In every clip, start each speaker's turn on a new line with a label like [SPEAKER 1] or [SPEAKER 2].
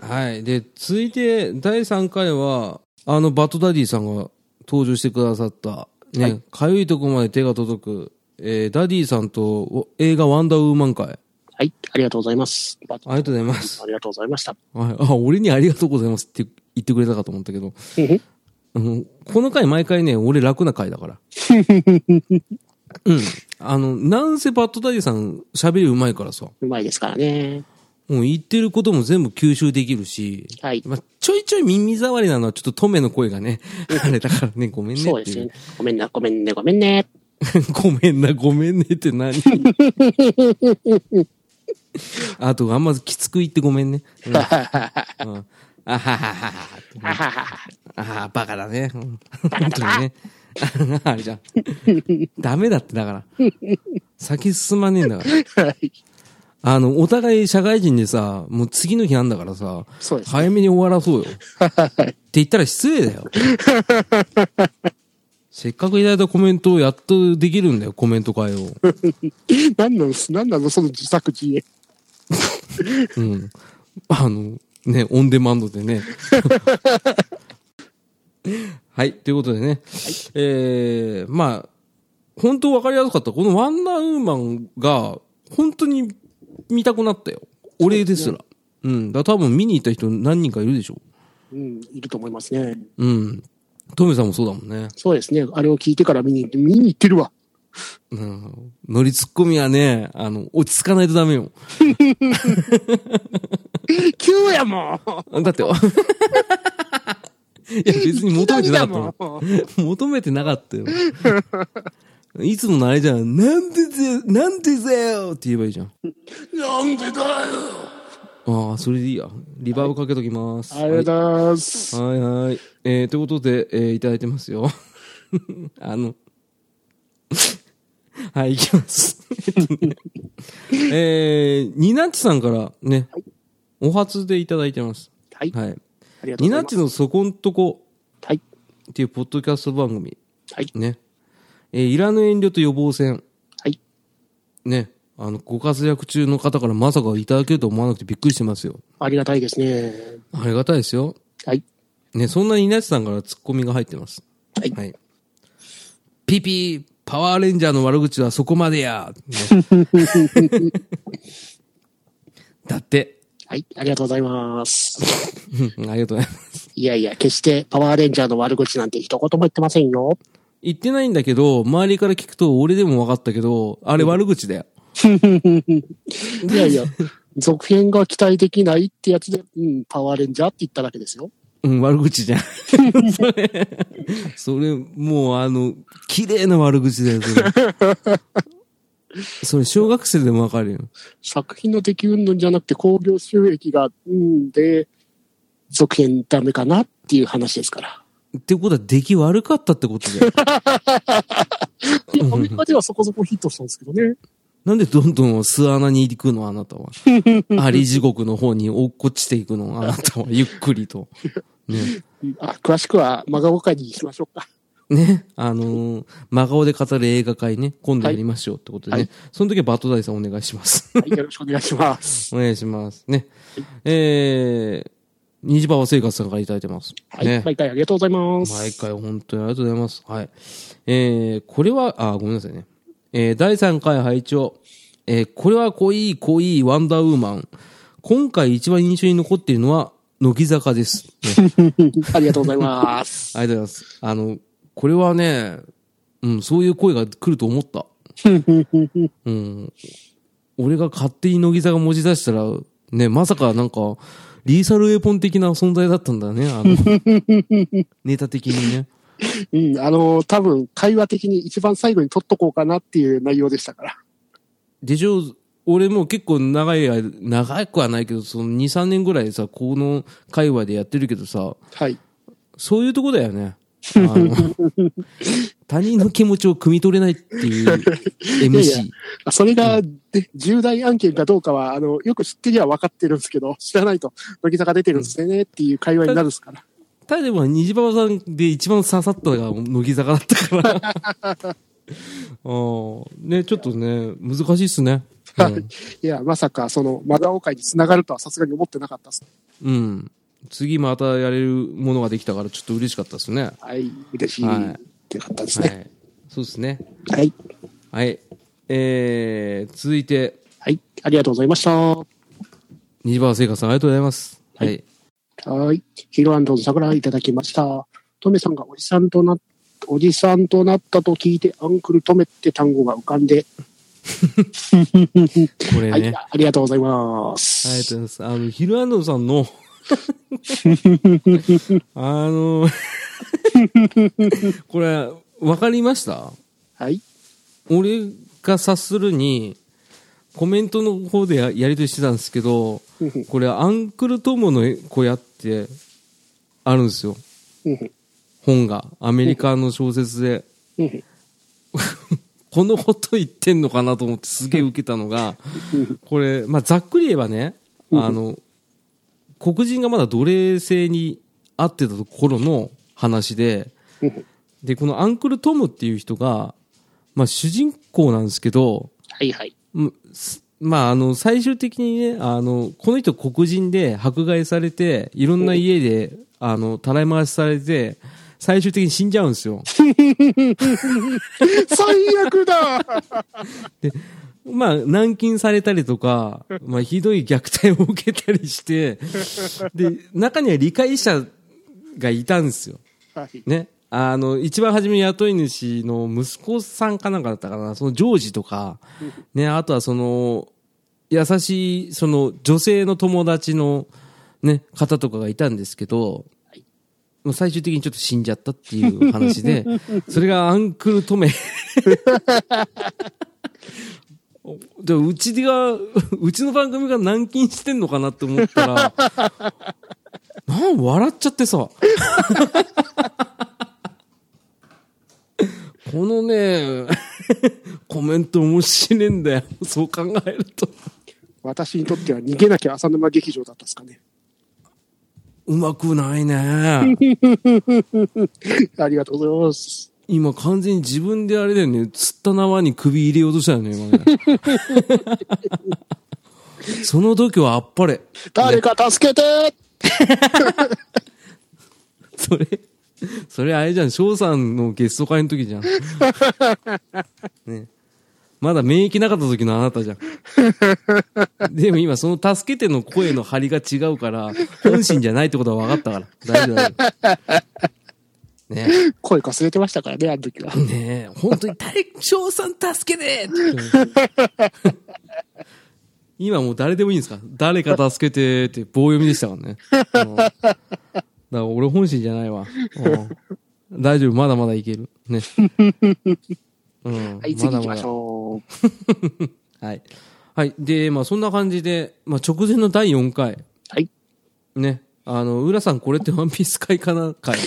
[SPEAKER 1] はい。で、続いて、第3回は、あの、バトダディさんが登場してくださった、ね、
[SPEAKER 2] はい
[SPEAKER 1] かゆいとこまで手が届く、えーダディさんとお映画ワンダーウーマン会。
[SPEAKER 2] はい、ありがとうございます。バッ
[SPEAKER 1] ありがとうございます
[SPEAKER 2] あ。りがとうございました。
[SPEAKER 1] はいあ、俺にありがとうございますって言ってくれたかと思ったけど、うん、この回毎回ね、俺楽な回だ から。うん。あの、なんせバットダディさん喋りうまいからさ、
[SPEAKER 2] うまいですからね。
[SPEAKER 1] もう言ってることも全部吸収できるし、
[SPEAKER 2] はい。
[SPEAKER 1] まあ、ちょいちょい耳障りなのはちょっとトメの声がね、 あれだからね、ごめんねってい
[SPEAKER 2] そうですね。ごめんな、ごめんね、ごめんね。
[SPEAKER 1] ごめんな、ごめんねって 何あと、あんまきつく言ってごめんね。 うんうんあははははは。
[SPEAKER 2] はははは。
[SPEAKER 1] あはは、バカだね。うん本当にね。 あれじゃん。ダメだって、だから。 先進まねえんだから。
[SPEAKER 2] はい。
[SPEAKER 1] あの、お互い社会人でさ、もう次の日なんだからさ、
[SPEAKER 2] そうですね
[SPEAKER 1] 早めに終わらそうよ。って言ったら失礼 だよ。せっかくいただいたコメントをやっとできるんだよ、コメント会を。
[SPEAKER 2] 何なんす、何なの、その自作自演。
[SPEAKER 1] うん。あの、ね、オンデマンドでね。 はい、ということでね。えー、まあ、本当分かりやすかった。このワンダーウーマンが、本当に見たくなったよ。お礼ですら。うん。だから多分見に行った人何人かいるでしょ
[SPEAKER 2] うん、いると思いますね。
[SPEAKER 1] う。うん。トメさんもそうだもんね。
[SPEAKER 2] そうですね。あれを聞いてから見に行って、見に行ってるわ。
[SPEAKER 1] うん。乗りツッコミはね、あの、落ち着かないとダメよ。
[SPEAKER 2] 急やもん
[SPEAKER 1] だ って、いや別に求めてなかったもん
[SPEAKER 2] いきなりだもん。
[SPEAKER 1] 求めてなかったよ。いつものあれじゃん。なんでぜ、なんでぜよって言えばいいじゃん。
[SPEAKER 2] なんでだよ
[SPEAKER 1] ああ、それでいいや。リバーブかけときます。
[SPEAKER 2] ありがとうございます。
[SPEAKER 1] はいはい。えー、ということで、えー、いただいてますよ。 あの、 はい、いきます。えー、ニナッチさんからね、お初でいただいてます。
[SPEAKER 2] はい。
[SPEAKER 1] はい。
[SPEAKER 2] ありがとう
[SPEAKER 1] ニ
[SPEAKER 2] ござ
[SPEAKER 1] ナ
[SPEAKER 2] い
[SPEAKER 1] ッ
[SPEAKER 2] ま
[SPEAKER 1] チ
[SPEAKER 2] す。
[SPEAKER 1] のそこんとこ
[SPEAKER 2] はい。
[SPEAKER 1] っていうポッドキャスト番組。
[SPEAKER 2] はい。
[SPEAKER 1] ね。えーいらぬ遠慮と予防線。
[SPEAKER 2] はい。
[SPEAKER 1] ね。あの、ご活躍中の方からまさかいただけると思わなくてびっくりしてますよ。
[SPEAKER 2] ありがたいですね。
[SPEAKER 1] ありがたいですよ。
[SPEAKER 2] はい。
[SPEAKER 1] ね、そんな稲地さんからツッコミが入ってます。
[SPEAKER 2] はい
[SPEAKER 1] ピピー、パワーレンジャーの悪口はそこまでや。 ねだって。
[SPEAKER 2] はい。ありがとうございます。
[SPEAKER 1] うんありがとうございます。
[SPEAKER 2] いやいや、決してパワーレンジャーの悪口なんて一言も言ってませんよ。
[SPEAKER 1] 言ってないんだけど、周りから聞くと俺でも分かったけど、あれ悪口だよ。
[SPEAKER 2] いやいや、続編が期待できないってやつで、うん、パワーレンジャーって言っただけですよ。
[SPEAKER 1] うん、悪口じゃん。それ、それ、もうあの、綺麗な悪口だよ、それ。 それ、小学生でもわかるよ。
[SPEAKER 2] 作品の出来云々じゃなくて、興行収益が、うんで、続編ダメかなっていう話ですから。
[SPEAKER 1] ってことは、出来悪かったってことだよ。
[SPEAKER 2] いやアメリカではそこそこヒットしたんですけどね。
[SPEAKER 1] なんでどんどん巣穴に行くの、あなたは。あり地獄の方に落っこちていくの、あなたは。ゆっくりと。ね。
[SPEAKER 2] うんあ、詳しくは、真顔会にしましょうか。
[SPEAKER 1] ね。あのー真顔で語る映画会ね、今度やりましょうってことでね。
[SPEAKER 2] はい
[SPEAKER 1] その時はバトダイさんお願いします。
[SPEAKER 2] はい、よろしくお願いします。
[SPEAKER 1] お願いします。ね。えー、虹パワ生活さんからいただいてます。
[SPEAKER 2] はい、
[SPEAKER 1] ね。
[SPEAKER 2] 毎回ありがとうございます。
[SPEAKER 1] 毎回本当にありがとうございます。はい。えー、これは、あ、ごめんなさいね。えー、第3回拝聴えー、これは濃い濃いワンダーウーマン。今回一番印象に残っているのは、乃木坂です。ね
[SPEAKER 2] ありがとうございます。
[SPEAKER 1] ありがとうございます。あの、これはね、うん、そういう声が来ると思った。うん。俺が勝手に乃木坂持ち出したら、ね、まさかなんか、リーサルエポン的な存在だったんだね、あの、ネタ的にね。
[SPEAKER 2] うん、あのー多分、会話的に一番最後に取っとこうかなっていう内容でしたから。
[SPEAKER 1] でしょ俺も結構長い間、長くはないけど、その2、3年ぐらいさ、この界隈でやってるけどさ、
[SPEAKER 2] はい。
[SPEAKER 1] そういうとこだよね。あ の他人の気持ちを汲み取れないっていう MC。
[SPEAKER 2] いやいあそれが、で重大案件かどうかは、あの、よく知ってりゃ分かってるんですけど、 知らないと、乃木坂出てるんですねっていう会話になるんですから。
[SPEAKER 1] 例えば、虹パパさんで一番刺さったのが乃木坂だったから。あ ーね、ちょっとね、難しいっすね。うん
[SPEAKER 2] いや、まさか、その、マガオ会に繋がるとはさすがに思ってなかったです。
[SPEAKER 1] うん。次またやれるものができたから、ちょっと嬉しかったですね。
[SPEAKER 2] はい、嬉しい。
[SPEAKER 1] はい
[SPEAKER 2] よかったです
[SPEAKER 1] は
[SPEAKER 2] ね。
[SPEAKER 1] い。そうですね。
[SPEAKER 2] はい。
[SPEAKER 1] はい。えー、続いて、
[SPEAKER 2] はい。ありがとうございました。は
[SPEAKER 1] 西川聖華さん、ありがとうございます。は。
[SPEAKER 2] はいい
[SPEAKER 1] はい、
[SPEAKER 2] い。ヒロアンドの桜いただきました。トメさんがおじさんとな、おじさんとなったと聞いて、アンクルトメって単語が浮かんで、
[SPEAKER 1] これね。
[SPEAKER 2] はい。ありがとうございます。
[SPEAKER 1] ありがとうございます。あの、ヒルアンドさん の、あの、 これ、わかりました
[SPEAKER 2] はい。
[SPEAKER 1] 俺が察するに、コメントの方でややりとりしてたんですけど、これ、アンクルトモの小屋って、あるんですよ。
[SPEAKER 2] うん
[SPEAKER 1] 本が。アメリカの小説で。
[SPEAKER 2] うん
[SPEAKER 1] このこと言ってんのかなと思ってすげえ受けたのが、これ、まあ、ざっくり言えばね、あの、黒人がまだ奴隷制に合ってた頃の話で、で、このアンクル・トムっていう人が、まあ、主人公なんですけど、
[SPEAKER 2] はいはい。
[SPEAKER 1] うんすまあ、あの、最終的にね、あの、この人黒人で迫害されて、いろんな家で、あの、たらい回しされて、最終的に死んじゃうんですよ。
[SPEAKER 2] 最悪だ
[SPEAKER 1] まあ、軟禁されたりとか、まあ、ひどい虐待を受けたりして、で、中には理解者がいたんですよ。
[SPEAKER 2] はい。
[SPEAKER 1] ね。あの、一番初めに雇い主の息子さんかなんかだったかな、そのジョージとか、ね、あとはその、優しい、その女性の友達のね、方とかがいたんですけど、もう最終的にちょっと死んじゃったっていう話で、それがアンクルトメ。でうちが、うちの番組が軟禁してんのかなって思ったら、なん笑っちゃってさ。このね、コメント面白いんだよ。そう考えると。
[SPEAKER 2] 私にとっては逃げなきゃ浅沼劇場だったですかね。
[SPEAKER 1] うまくないね。
[SPEAKER 2] ありがとうございます。
[SPEAKER 1] 今完全に自分であれだよね。釣った縄に首入れようとしたよね、今ね。その度胸はあっぱれ。
[SPEAKER 2] 誰か助けて、
[SPEAKER 1] それ、それあれじゃん、翔さんのゲスト会の時じゃん。ね。まだ免疫なかった時のあなたじゃん。でも今その助けての声の張りが違うから、本心じゃないってことは分かったから。大丈夫大丈夫。ね。
[SPEAKER 2] 声かすれてましたからね、あの時は。
[SPEAKER 1] ねえ、本当に誰、翔さん助けてって 今もう誰でもいいんですか誰か助けてって棒読みでしたからね。うんだから俺本心じゃないわ。うん大丈夫、まだまだいける。ね。うん
[SPEAKER 2] はい、次行きましょう。
[SPEAKER 1] はい。はい。で、まあそんな感じで、まあ直前の第4回。
[SPEAKER 2] はい。
[SPEAKER 1] ね。あの、浦さんこれってワンピース会かな会。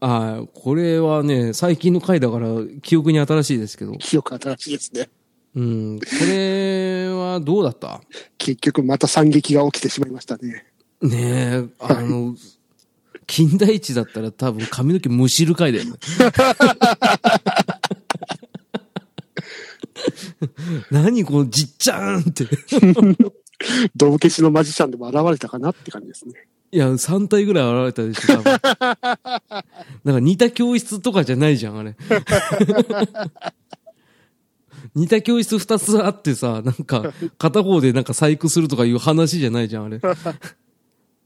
[SPEAKER 1] ああ、これはね、最近の回だから記憶に新しいですけど。
[SPEAKER 2] 記憶新しいですね。
[SPEAKER 1] うん。これはどうだった
[SPEAKER 2] 結局また惨劇が起きてしまいましたね。
[SPEAKER 1] ねえ、あの、金田一だったら多分髪の毛むしる回だよね。何このじっちゃーんって。
[SPEAKER 2] ドブ消しのマジシャンでも現れたかなって感じですね。
[SPEAKER 1] いや、3体ぐらい現れたでしょ、多分。なんか似た教室とかじゃないじゃん、あれ。 似た教室2つあってさ、なんか、片方でなんか細工するとかいう話じゃないじゃん、あれ。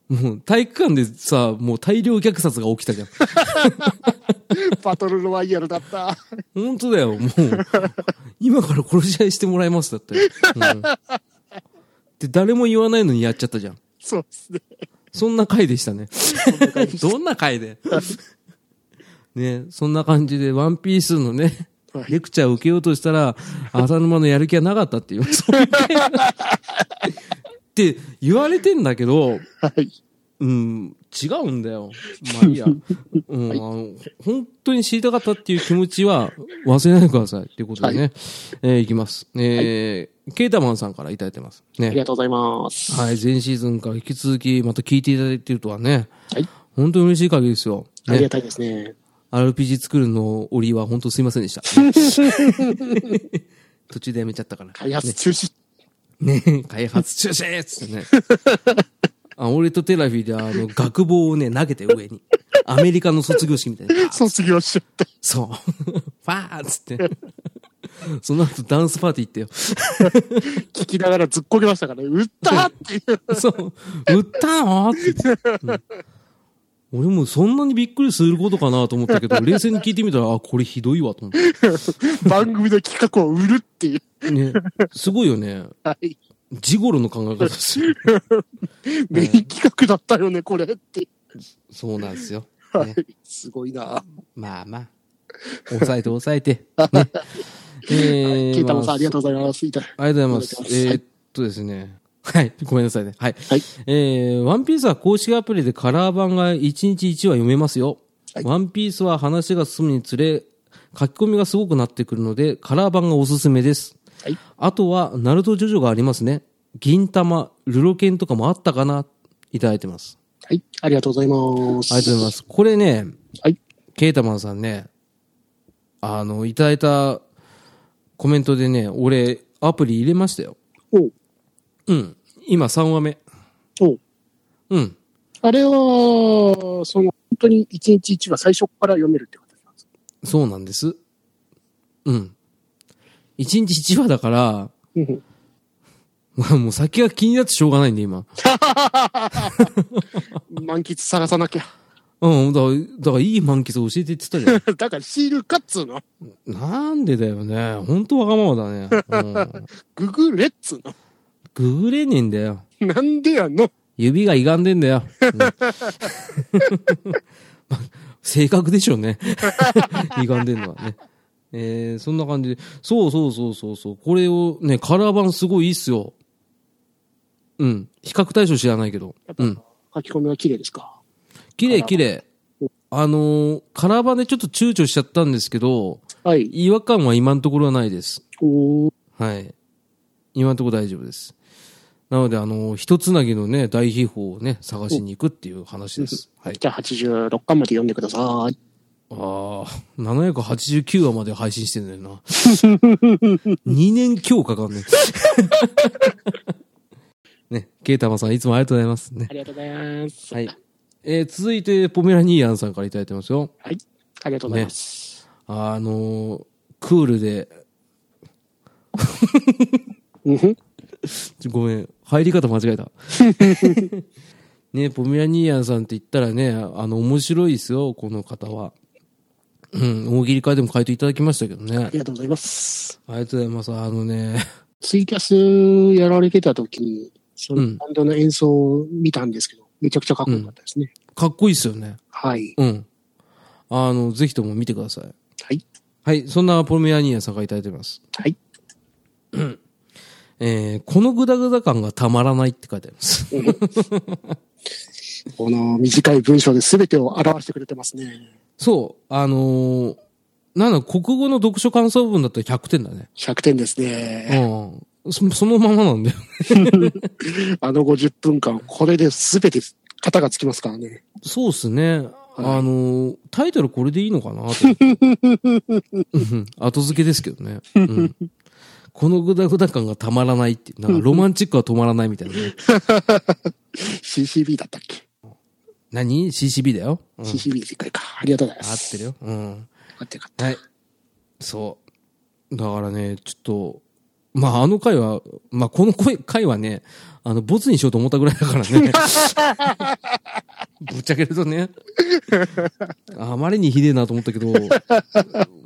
[SPEAKER 1] もう体育館でさ、もう大量虐殺が起きたじゃん。
[SPEAKER 2] バトルロワイヤルだった。
[SPEAKER 1] 本当だよ、もう。今から殺し合いしてもらいます、だって。うん、で、誰も言わないのにやっちゃったじゃん。
[SPEAKER 2] そうですね。
[SPEAKER 1] そんな回でしたね。どんな回でね、そんな感じで、ワンピースのね、
[SPEAKER 2] はい
[SPEAKER 1] レクチャーを受けようとしたら、浅沼のやる気はなかったっていう。そういうって言われてんだけど、
[SPEAKER 2] はい。
[SPEAKER 1] うん、違うんだよ。まあいいや。うん、あの、本当に知りたかったっていう気持ちは忘れないでください。っていうことでね。えーいきます。えーケータマンさんからいただいてます。
[SPEAKER 2] あり
[SPEAKER 1] ね。
[SPEAKER 2] がとうございます。
[SPEAKER 1] はい、前シーズンから引き続きまた聞いていただいてるとはね。
[SPEAKER 2] はい。
[SPEAKER 1] 本当に嬉しい限りですよ。
[SPEAKER 2] あり
[SPEAKER 1] ね
[SPEAKER 2] が。たいですね。
[SPEAKER 1] RPG 作るの折りは本当すいませんでした。途中でやめちゃったから。
[SPEAKER 2] 開発中止。
[SPEAKER 1] ね、開発中止っつって ね。あ俺とテラフィーであの、学帽をね、投げて上に。アメリカの卒業式み たいな。
[SPEAKER 2] 卒業しちゃった。
[SPEAKER 1] そう。ファーっつって。その後ダンスパーティー行っ
[SPEAKER 2] 聞きながらずっこけましたからね、売ったーっていう。
[SPEAKER 1] てよ。 そう。売ったのって言って、うん俺もそんなにびっくりすることかなと思ったけど、冷静に聞いてみたら、あ、これひどいわと思っ
[SPEAKER 2] 番組の企画を売るっていう。
[SPEAKER 1] て。ね。すごいよね。
[SPEAKER 2] はい。
[SPEAKER 1] ジゴロの考え方ですよ。
[SPEAKER 2] メイン企画だったよね、これって。
[SPEAKER 1] そうなんですよ。
[SPEAKER 2] は
[SPEAKER 1] ね
[SPEAKER 2] い。すごいな。
[SPEAKER 1] まあまあ。抑えて抑え て。ね。えー
[SPEAKER 2] ケイタマさん、
[SPEAKER 1] ま
[SPEAKER 2] ありがとうございます。いた
[SPEAKER 1] ありがとうござい
[SPEAKER 2] あ
[SPEAKER 1] ま
[SPEAKER 2] りがとうご
[SPEAKER 1] す。
[SPEAKER 2] ざい
[SPEAKER 1] え
[SPEAKER 2] ます
[SPEAKER 1] ー
[SPEAKER 2] はい
[SPEAKER 1] っとですね。はい。ごめんなさいね。はい。
[SPEAKER 2] はい
[SPEAKER 1] えー、ワンピースは公式アプリでカラー版が1日1話読めますよ。
[SPEAKER 2] はい
[SPEAKER 1] ワンピースは話が進むにつれ、書き込みがすごくなってくるので、カラー版がおすすめです。
[SPEAKER 2] はい
[SPEAKER 1] あとは、ナルトジョジョがありますね。銀玉、ルロケンとかもあったかないただいてます。
[SPEAKER 2] はい。ありがとうございます。
[SPEAKER 1] ありがとうございます。これね、
[SPEAKER 2] はい。
[SPEAKER 1] ケータマンさんね、あの、いただいたコメントでね、俺、アプリ入れましたよ。
[SPEAKER 2] おう
[SPEAKER 1] うん。今3話目。
[SPEAKER 2] おう
[SPEAKER 1] うん。
[SPEAKER 2] あれは、その、本当に一日一話最初から読めるってことなんですか
[SPEAKER 1] そうなんです。うん。1日1話だから、
[SPEAKER 2] うんうん
[SPEAKER 1] もう先が気になってしょうがないんで、今。
[SPEAKER 2] 満喫探さなきゃ。
[SPEAKER 1] うん。だから、だからいい満喫を教えてって言ったじゃん。
[SPEAKER 2] だからシールかっつうの。
[SPEAKER 1] なん でだよね。ほんとわがままだね。うん。
[SPEAKER 2] ググレっつうの。
[SPEAKER 1] ググれねえんだよ。
[SPEAKER 2] なんでやの。
[SPEAKER 1] 指が歪んでんだよ。うんま正確でしょうね。歪んでんのはね。えー、そんな感じで。そうそうそうそうそう。これをね、カラー版すごいいいっすよ。うん。比較対象知らないけど。うん。
[SPEAKER 2] 書き込みは綺麗ですか。
[SPEAKER 1] 綺麗綺麗。あのーカラー版でちょっと躊躇しちゃったんですけど、
[SPEAKER 2] はい。
[SPEAKER 1] 違和感は今のところはないです。
[SPEAKER 2] おー
[SPEAKER 1] はい。今のところ大丈夫です。なので、あのー、ひとつなぎのね、大秘宝をね、探しに行くっていう話です。はい。
[SPEAKER 2] じゃあ86巻まで読んでください。
[SPEAKER 1] ああ、789話まで配信してんだよ な。2年強かかんね。 ね、ケイタマさんいつもありがとうございますね
[SPEAKER 2] あ。りがとうございます。
[SPEAKER 1] はい。えー続いて、ポメラニーアンさんからいただいてますよ。
[SPEAKER 2] はい。ありがとうございます。
[SPEAKER 1] あのークールで、
[SPEAKER 2] うんふん。
[SPEAKER 1] ちょごめん、入り方間違えた。ね、ポメラニーアンさんって言ったらね、あの、面白いですよ、この方は。うん、大喜利会でも回答いただきましたけどね
[SPEAKER 2] あ。りがとうございます。
[SPEAKER 1] ありがとうございます。あのね、
[SPEAKER 2] ツイキャスやられてた時に、そのバンドの演奏を見たんですけど、めちゃくちゃかっこよかったですね。
[SPEAKER 1] かっこいいっすよね。
[SPEAKER 2] はい。
[SPEAKER 1] うん。あの、ぜひとも見てください。
[SPEAKER 2] はい。
[SPEAKER 1] はい、そんなポメラニアンさんがいただいております。
[SPEAKER 2] はい。
[SPEAKER 1] えー、このグダグダ感がたまらないって書いてあります。
[SPEAKER 2] この短い文章で全てを表してくれてますね。
[SPEAKER 1] そう、あのー、なんだ、国語の読書感想文だったら100点だね。
[SPEAKER 2] 100点ですね。
[SPEAKER 1] うん。そそのままなんだよ。
[SPEAKER 2] あの50分間、これで全て型がつきますからね。
[SPEAKER 1] そうっすね。あのー、タイトルこれでいいのかなとうん後付けですけどね。うん、このグダグダ感がたまらないって、なんかロマンチックは止まらないみたいなね。
[SPEAKER 2] CCB だったっけ、
[SPEAKER 1] 何 ?CCB だよ。うん
[SPEAKER 2] ?CCB で世界か。ありがとうございま
[SPEAKER 1] 合っ
[SPEAKER 2] す。
[SPEAKER 1] てるよ。うん。
[SPEAKER 2] 合ってるかった。
[SPEAKER 1] はい。そう。だからね、ちょっと、まあ、あの回は、まあ、この声回はね、あの、ボツにしようと思ったぐらいだから ね。ぶっちゃけるとね。あまりにひでえなと思ったけど、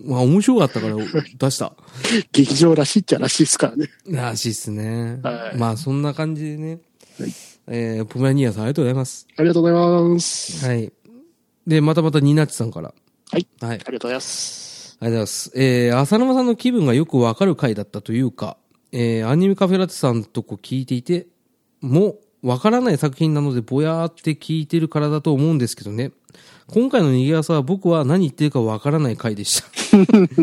[SPEAKER 1] まあ、面白かったから出した。
[SPEAKER 2] 劇場らしいっちゃらしいですからね。
[SPEAKER 1] らしいっすね。
[SPEAKER 2] はい
[SPEAKER 1] まあ、そんな感じでね。
[SPEAKER 2] はい
[SPEAKER 1] えー、ポメラニアさんありがとうございます。
[SPEAKER 2] ありがとうございます。
[SPEAKER 1] はい。で、またまたニナッチさんから。
[SPEAKER 2] はい。
[SPEAKER 1] はい。
[SPEAKER 2] ありがとうございます。
[SPEAKER 1] ありがとうございます。えー、浅沼さんの気分がよくわかる回だったというか、えー、アニメカフェラテさんとこ聞いていて、もうわからない作品なのでぼやーって聞いてるからだと思うんですけどね。今回の逃げ朝は僕は何言ってるかわからない回でした。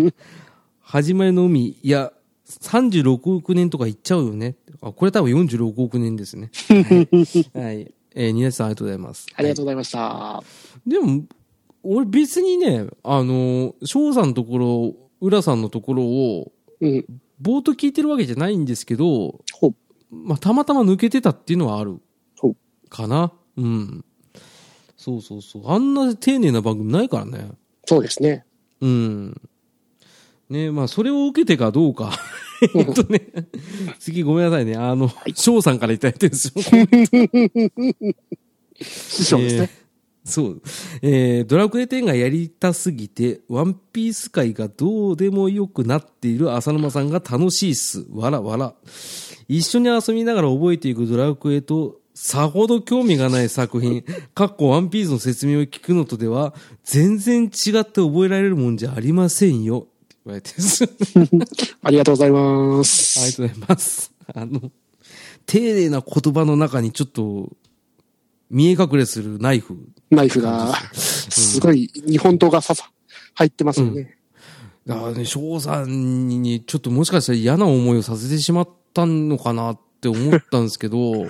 [SPEAKER 1] 始まりの海、いや、36億年とか言っちゃうよね。あ、これ多分46億年ですね。はい。はい、えー、ニナチさんありがとうございます。
[SPEAKER 2] ありがとうございました。
[SPEAKER 1] でも、俺別にね、あの、翔さんのところ、浦さんのところを、
[SPEAKER 2] うん。
[SPEAKER 1] ぼーっと聞いてるわけじゃないんですけど、
[SPEAKER 2] ほう
[SPEAKER 1] まあ、たまたま抜けてたっていうのはある
[SPEAKER 2] そう。
[SPEAKER 1] かな。うん。そうそうそう。あんな丁寧な番組ないからね。
[SPEAKER 2] そうですね。
[SPEAKER 1] うん。ねまあ、それを受けてかど うか。えっとね、次ごめんなさいね。あの、翔、さんからいただいてるんですよ。
[SPEAKER 2] 師匠ですね。
[SPEAKER 1] えーそう。えードラクエ10がやりたすぎて、ワンピース界がどうでもよくなっている浅沼さんが楽しいっす。わらわら。一緒に遊びながら覚えていくドラクエと、さほど興味がない作品、 かっこワンピースの説明を聞くのとでは、全然違って覚えられるもんじゃありませんよ。って言われて ます。
[SPEAKER 2] ありがとうございま
[SPEAKER 1] ありが
[SPEAKER 2] す。
[SPEAKER 1] とうございます。あの、丁寧な言葉の中にちょっと、見え隠れするナイフ。
[SPEAKER 2] ナイフが、すごい日本刀がささ、入ってますよね。
[SPEAKER 1] だからね、翔さんにちょっともしかしたら嫌な思いをさせてしまったのかなって思ったんですけど、い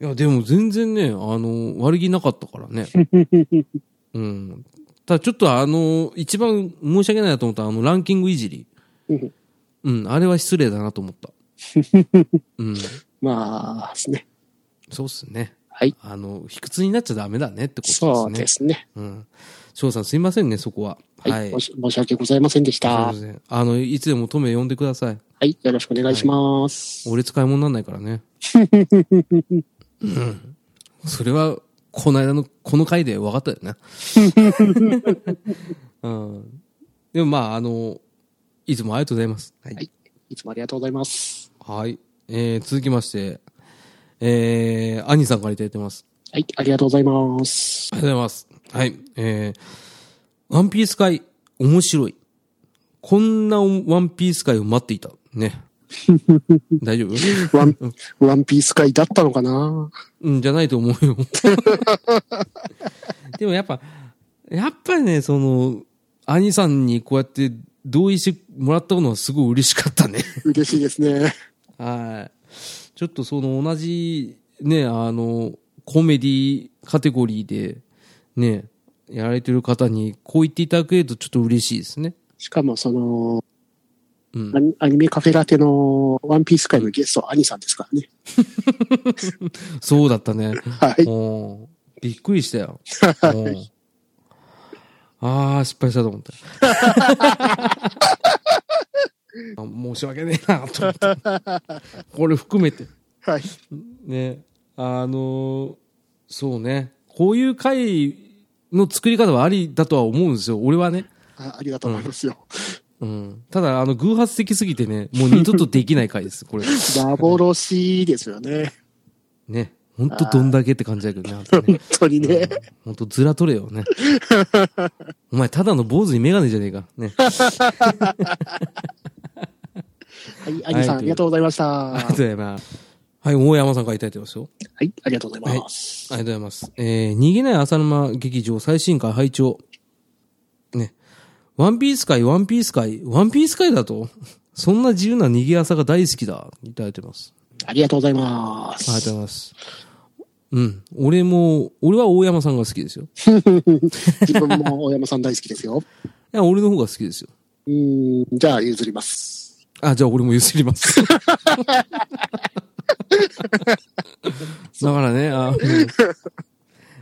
[SPEAKER 1] や、でも全然ね、あの、悪気なかったから ね。うん。ただちょっとあの、一番申し訳ないなと思ったあの、ランキングいじり。
[SPEAKER 2] うん
[SPEAKER 1] うん、あれは失礼だなと思った。うん。
[SPEAKER 2] まあ、ですね。
[SPEAKER 1] そうっすね。
[SPEAKER 2] はい。
[SPEAKER 1] あの、卑屈になっちゃダメだねってことですね。
[SPEAKER 2] そうですね。
[SPEAKER 1] うん。翔さんすいませんね、そこは。
[SPEAKER 2] はい。申し申し訳ございませんでした。
[SPEAKER 1] そうですねあの、いつでもトメ呼んでください。
[SPEAKER 2] はい。よろしくお願いします。
[SPEAKER 1] 俺使い物になんないからね。うん。それは、この間の、この回で分かったよ ね。うん。でもまあ、あの、いつもありがとうございます。はい
[SPEAKER 2] はい。いつもありがとうございます。
[SPEAKER 1] はい。えー、続きまして、えー、アニさんからいただいてます。
[SPEAKER 2] はい。ありがとうございます。
[SPEAKER 1] ありがとうございます。はい。えー、ワンピース界、面白い。こんなワンピース界を待っていた。 ね。大丈夫
[SPEAKER 2] ワン、ワンピース界だったのかな
[SPEAKER 1] うん、じゃないと思うよ。 でもやっぱ、やっぱりね、その、兄さんにこうやって同意してもらったのはすごい嬉しかったね。
[SPEAKER 2] 嬉しいですね。
[SPEAKER 1] はい。ちょっとその同じ、ね、あの、コメディカテゴリーで、ね、やられてる方にこう言っていただけるとちょっと嬉しいですね。
[SPEAKER 2] しかも、その、
[SPEAKER 1] うん
[SPEAKER 2] アニアニメカフェラテのワンピース界のゲスト、アニさんですからね。
[SPEAKER 1] そうだったね。
[SPEAKER 2] はい。
[SPEAKER 1] うんびっくりしたよ。うんああ、失敗したと思った。あ申し訳ねえな、と思った。これ含めて。
[SPEAKER 2] はい。
[SPEAKER 1] ね、あのーそうね、こういう回の作り方はありだとは思うんですよ、俺はね。
[SPEAKER 2] あありがとうございますよ。
[SPEAKER 1] うん、ただ、あの、偶発的すぎてね、もう二度とできない回です、これ。
[SPEAKER 2] 幻ですよね。
[SPEAKER 1] ね、ほんとどんだけって感じだけどね、あとね
[SPEAKER 2] 本当にね。
[SPEAKER 1] ほんとずら取れよね。お前、ただの坊主にメガネじゃねえか。ね。
[SPEAKER 2] はい。アニさん、
[SPEAKER 1] はい
[SPEAKER 2] ありがとうございました。
[SPEAKER 1] ありがと
[SPEAKER 2] は
[SPEAKER 1] うございます。はい、大山さんからいただいてますよ。
[SPEAKER 2] い。ありがとうございます。
[SPEAKER 1] ありがとうございます。えー、逃げない浅沼劇場最新回拝聴。ね。ワンピース界、ワンピース界、ワンピース界だとそんな自由な逃げ朝が大好きだ。いただいてます。
[SPEAKER 2] ありがとうございま
[SPEAKER 1] ありがと
[SPEAKER 2] す。
[SPEAKER 1] うございます。うん。俺も、俺は大山さんが好きですよ。い
[SPEAKER 2] 自分も大山さん大好きですよ。
[SPEAKER 1] や、俺の方が好きですよ。
[SPEAKER 2] うーん、じゃあ譲ります。
[SPEAKER 1] あ、じゃあ俺も譲ります。だからね、あの、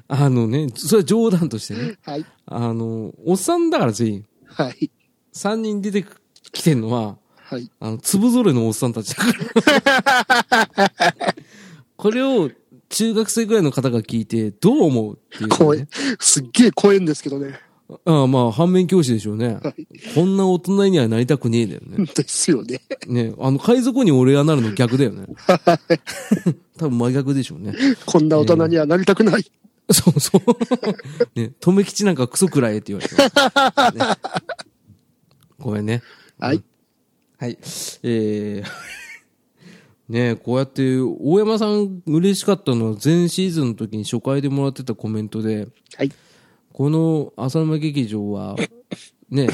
[SPEAKER 1] あのね、それは冗談としてね。
[SPEAKER 2] はい。
[SPEAKER 1] あの、おっさんだから全員。
[SPEAKER 2] はい。
[SPEAKER 1] 三人出てきてんのは、
[SPEAKER 2] はい。
[SPEAKER 1] あの、粒ぞれのおっさんたちだから。これを中学生ぐらいの方が聞いて、どう思うっていう、
[SPEAKER 2] 怖
[SPEAKER 1] ね
[SPEAKER 2] い。。すっげえ怖いんですけどね。
[SPEAKER 1] ああまあ、反面教師でしょうね。こんな大人にはなりたくねえだよね。
[SPEAKER 2] ですよね。
[SPEAKER 1] ねあの、海賊に俺がなるの逆だよね。多分真逆でしょうね。
[SPEAKER 2] こんな大人にはなりたくない。
[SPEAKER 1] そうそう。ね、留吉なんかクソくらえって言われてます、ねごめんね。
[SPEAKER 2] はい。
[SPEAKER 1] はい。えー、ねえこうやって、大山さん嬉しかったのは前シーズンの時に初回でもらってたコメントで、
[SPEAKER 2] はい。
[SPEAKER 1] この浅沼劇場は、ね、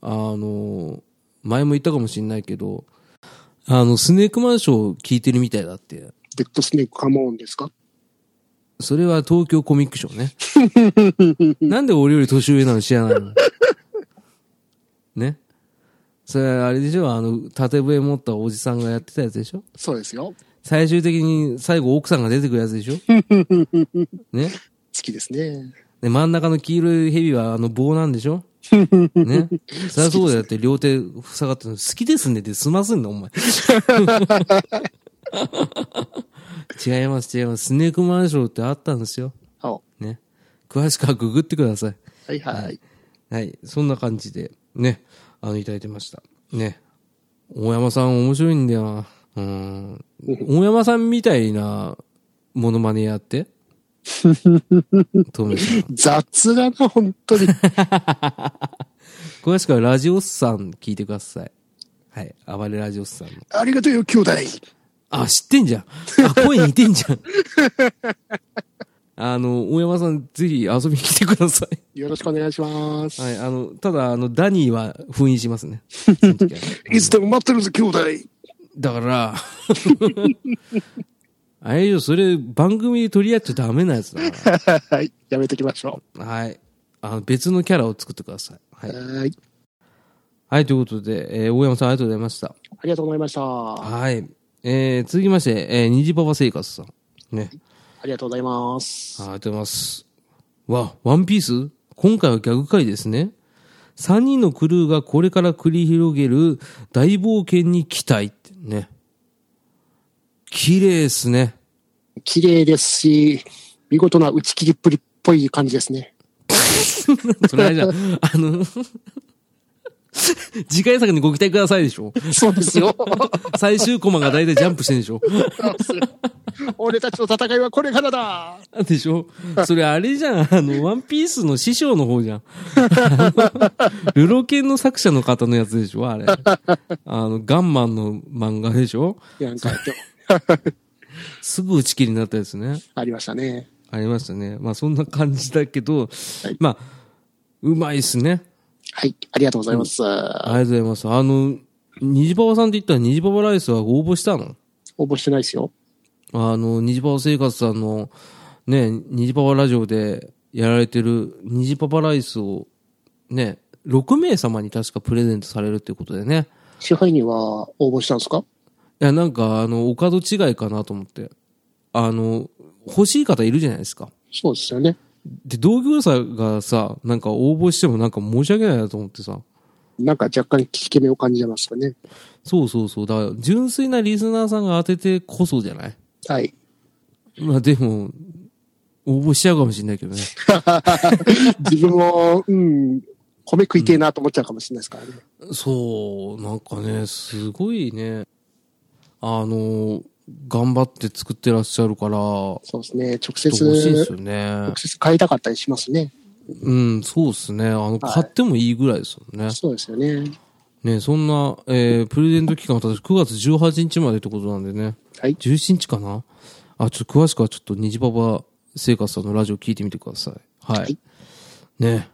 [SPEAKER 1] あの、前も言ったかもしれないけど、あの、スネークマンションを聞いてるみたいだって。
[SPEAKER 2] デッドスネークカモーンですか
[SPEAKER 1] それは東京コミックショーね。なんで俺より年上なの知らないのね。それあれでしょあの、縦笛持ったおじさんがやってたやつでしょ
[SPEAKER 2] そうですよ。
[SPEAKER 1] 最終的に最後奥さんが出てくるやつでしょね
[SPEAKER 2] 好きですね。
[SPEAKER 1] で、真ん中の黄色い蛇はあの棒なんでしょねそりゃそうだよだって両手塞がってるの好きですねって済ますんだ、お前。 違います、違います。スネークマンションってあったんですよ。
[SPEAKER 2] は
[SPEAKER 1] ね。詳しくはググってください。
[SPEAKER 2] いはい。
[SPEAKER 1] はい。そんな感じで、ね。あの、いただいてました。ね。大山さん面白いんだよな。うん。大山さんみたいなモノマネやって。トメさん。
[SPEAKER 2] 雑だな、本当 に。
[SPEAKER 1] 詳しくはラジオスさん聞いてください。はい。暴れラジオスさんの。
[SPEAKER 2] ありがとうよ、兄弟。
[SPEAKER 1] あ、知ってんじゃん。あ、声似てんじゃん。 あの、大山さん、ぜひ遊びに来てください。
[SPEAKER 2] よろしくお願いします。
[SPEAKER 1] はい、あの、ただ、あの、ダニーは封印しますね。その時はい
[SPEAKER 2] つでも待ってるぞ、兄弟。
[SPEAKER 1] だから、 あれよ、それ、番組で取り合っちゃダメなやつだか
[SPEAKER 2] はい。やめてきましょ
[SPEAKER 1] ら。はい。あの、別のキャラを作ってください。は
[SPEAKER 2] う。
[SPEAKER 1] い。
[SPEAKER 2] はい。
[SPEAKER 1] はい、ということで、えー大山さんありがとうございました。
[SPEAKER 2] ありがとうございました。あ
[SPEAKER 1] はい。えー、続きまして、えー、虹パパ生活さん。ね。
[SPEAKER 2] りがとうございます。
[SPEAKER 1] ありがとうございます。わ、ワンピース今回は逆回ですね。3人のクルーがこれから繰り広げる大冒険に期待ってね。綺麗っすね。
[SPEAKER 2] 綺麗ですし、見事な打ち切りっぷりっぽい感じですね。
[SPEAKER 1] それあれじゃん、あの、 次回作にご期待くださいでしょ。
[SPEAKER 2] そうですよ。
[SPEAKER 1] 最終コマが大体ジャンプしてんでしょ。
[SPEAKER 2] 俺たちの戦いはこれからだ。
[SPEAKER 1] でしょそれあれじゃん、あの、ワンピースの師匠の方じゃん。あのルロケンの作者の方のやつでしょあれ。あの、ガンマンの漫画でしょ
[SPEAKER 2] なんか今日、
[SPEAKER 1] すぐ打ち切りになったやつね。
[SPEAKER 2] ありましたね。
[SPEAKER 1] ありましたね。まあそんな感じだけど、
[SPEAKER 2] い
[SPEAKER 1] まあ、うまいっすね。
[SPEAKER 2] はい。ありがとうございます。
[SPEAKER 1] ありがとうございます。あの、虹パパさんって言ったら虹パパライスは応募したの
[SPEAKER 2] 応募してないですよ。
[SPEAKER 1] あの、虹パパ生活さんの、ね、虹パパラジオでやられてる虹パパライスを、ね、6名様に確かプレゼントされるっていうことでね。
[SPEAKER 2] 支配人は応募したんですか
[SPEAKER 1] いや、なんか、あの、お門違いかなと思って。あの、欲しい方いるじゃないですか。
[SPEAKER 2] そうですよね。
[SPEAKER 1] で、同業者がさ、なんか応募してもなんか申し訳ないなと思ってさ。
[SPEAKER 2] なんか若干効き目を感じてますかね。
[SPEAKER 1] そうそうそう。だから、純粋なリスナーさんが当ててこそじゃない
[SPEAKER 2] はい。
[SPEAKER 1] まあでも、応募しちゃうかもしれないけどね。
[SPEAKER 2] 自分も、うん、米食いてえなと思っちゃうかもしれないですからね。
[SPEAKER 1] そう、なんかね、すごいね、あの、頑張って作ってらっしゃるから、ちょっ
[SPEAKER 2] そうですね。直
[SPEAKER 1] と
[SPEAKER 2] 接、
[SPEAKER 1] 欲しいです
[SPEAKER 2] 直
[SPEAKER 1] よね。
[SPEAKER 2] 接買いたかったりしますね。
[SPEAKER 1] うん、そうですね。あの、買ってもいいぐらいですもんね。
[SPEAKER 2] そうですよね。
[SPEAKER 1] ね、そんな、えー、プレゼント期間は私9月18日までってことなんでね。
[SPEAKER 2] はい。
[SPEAKER 1] 17日かなあ、ちょっと詳しくはちょっと、虹パパ生活さんのラジオ聞いてみてください。はい。
[SPEAKER 2] はい
[SPEAKER 1] ね。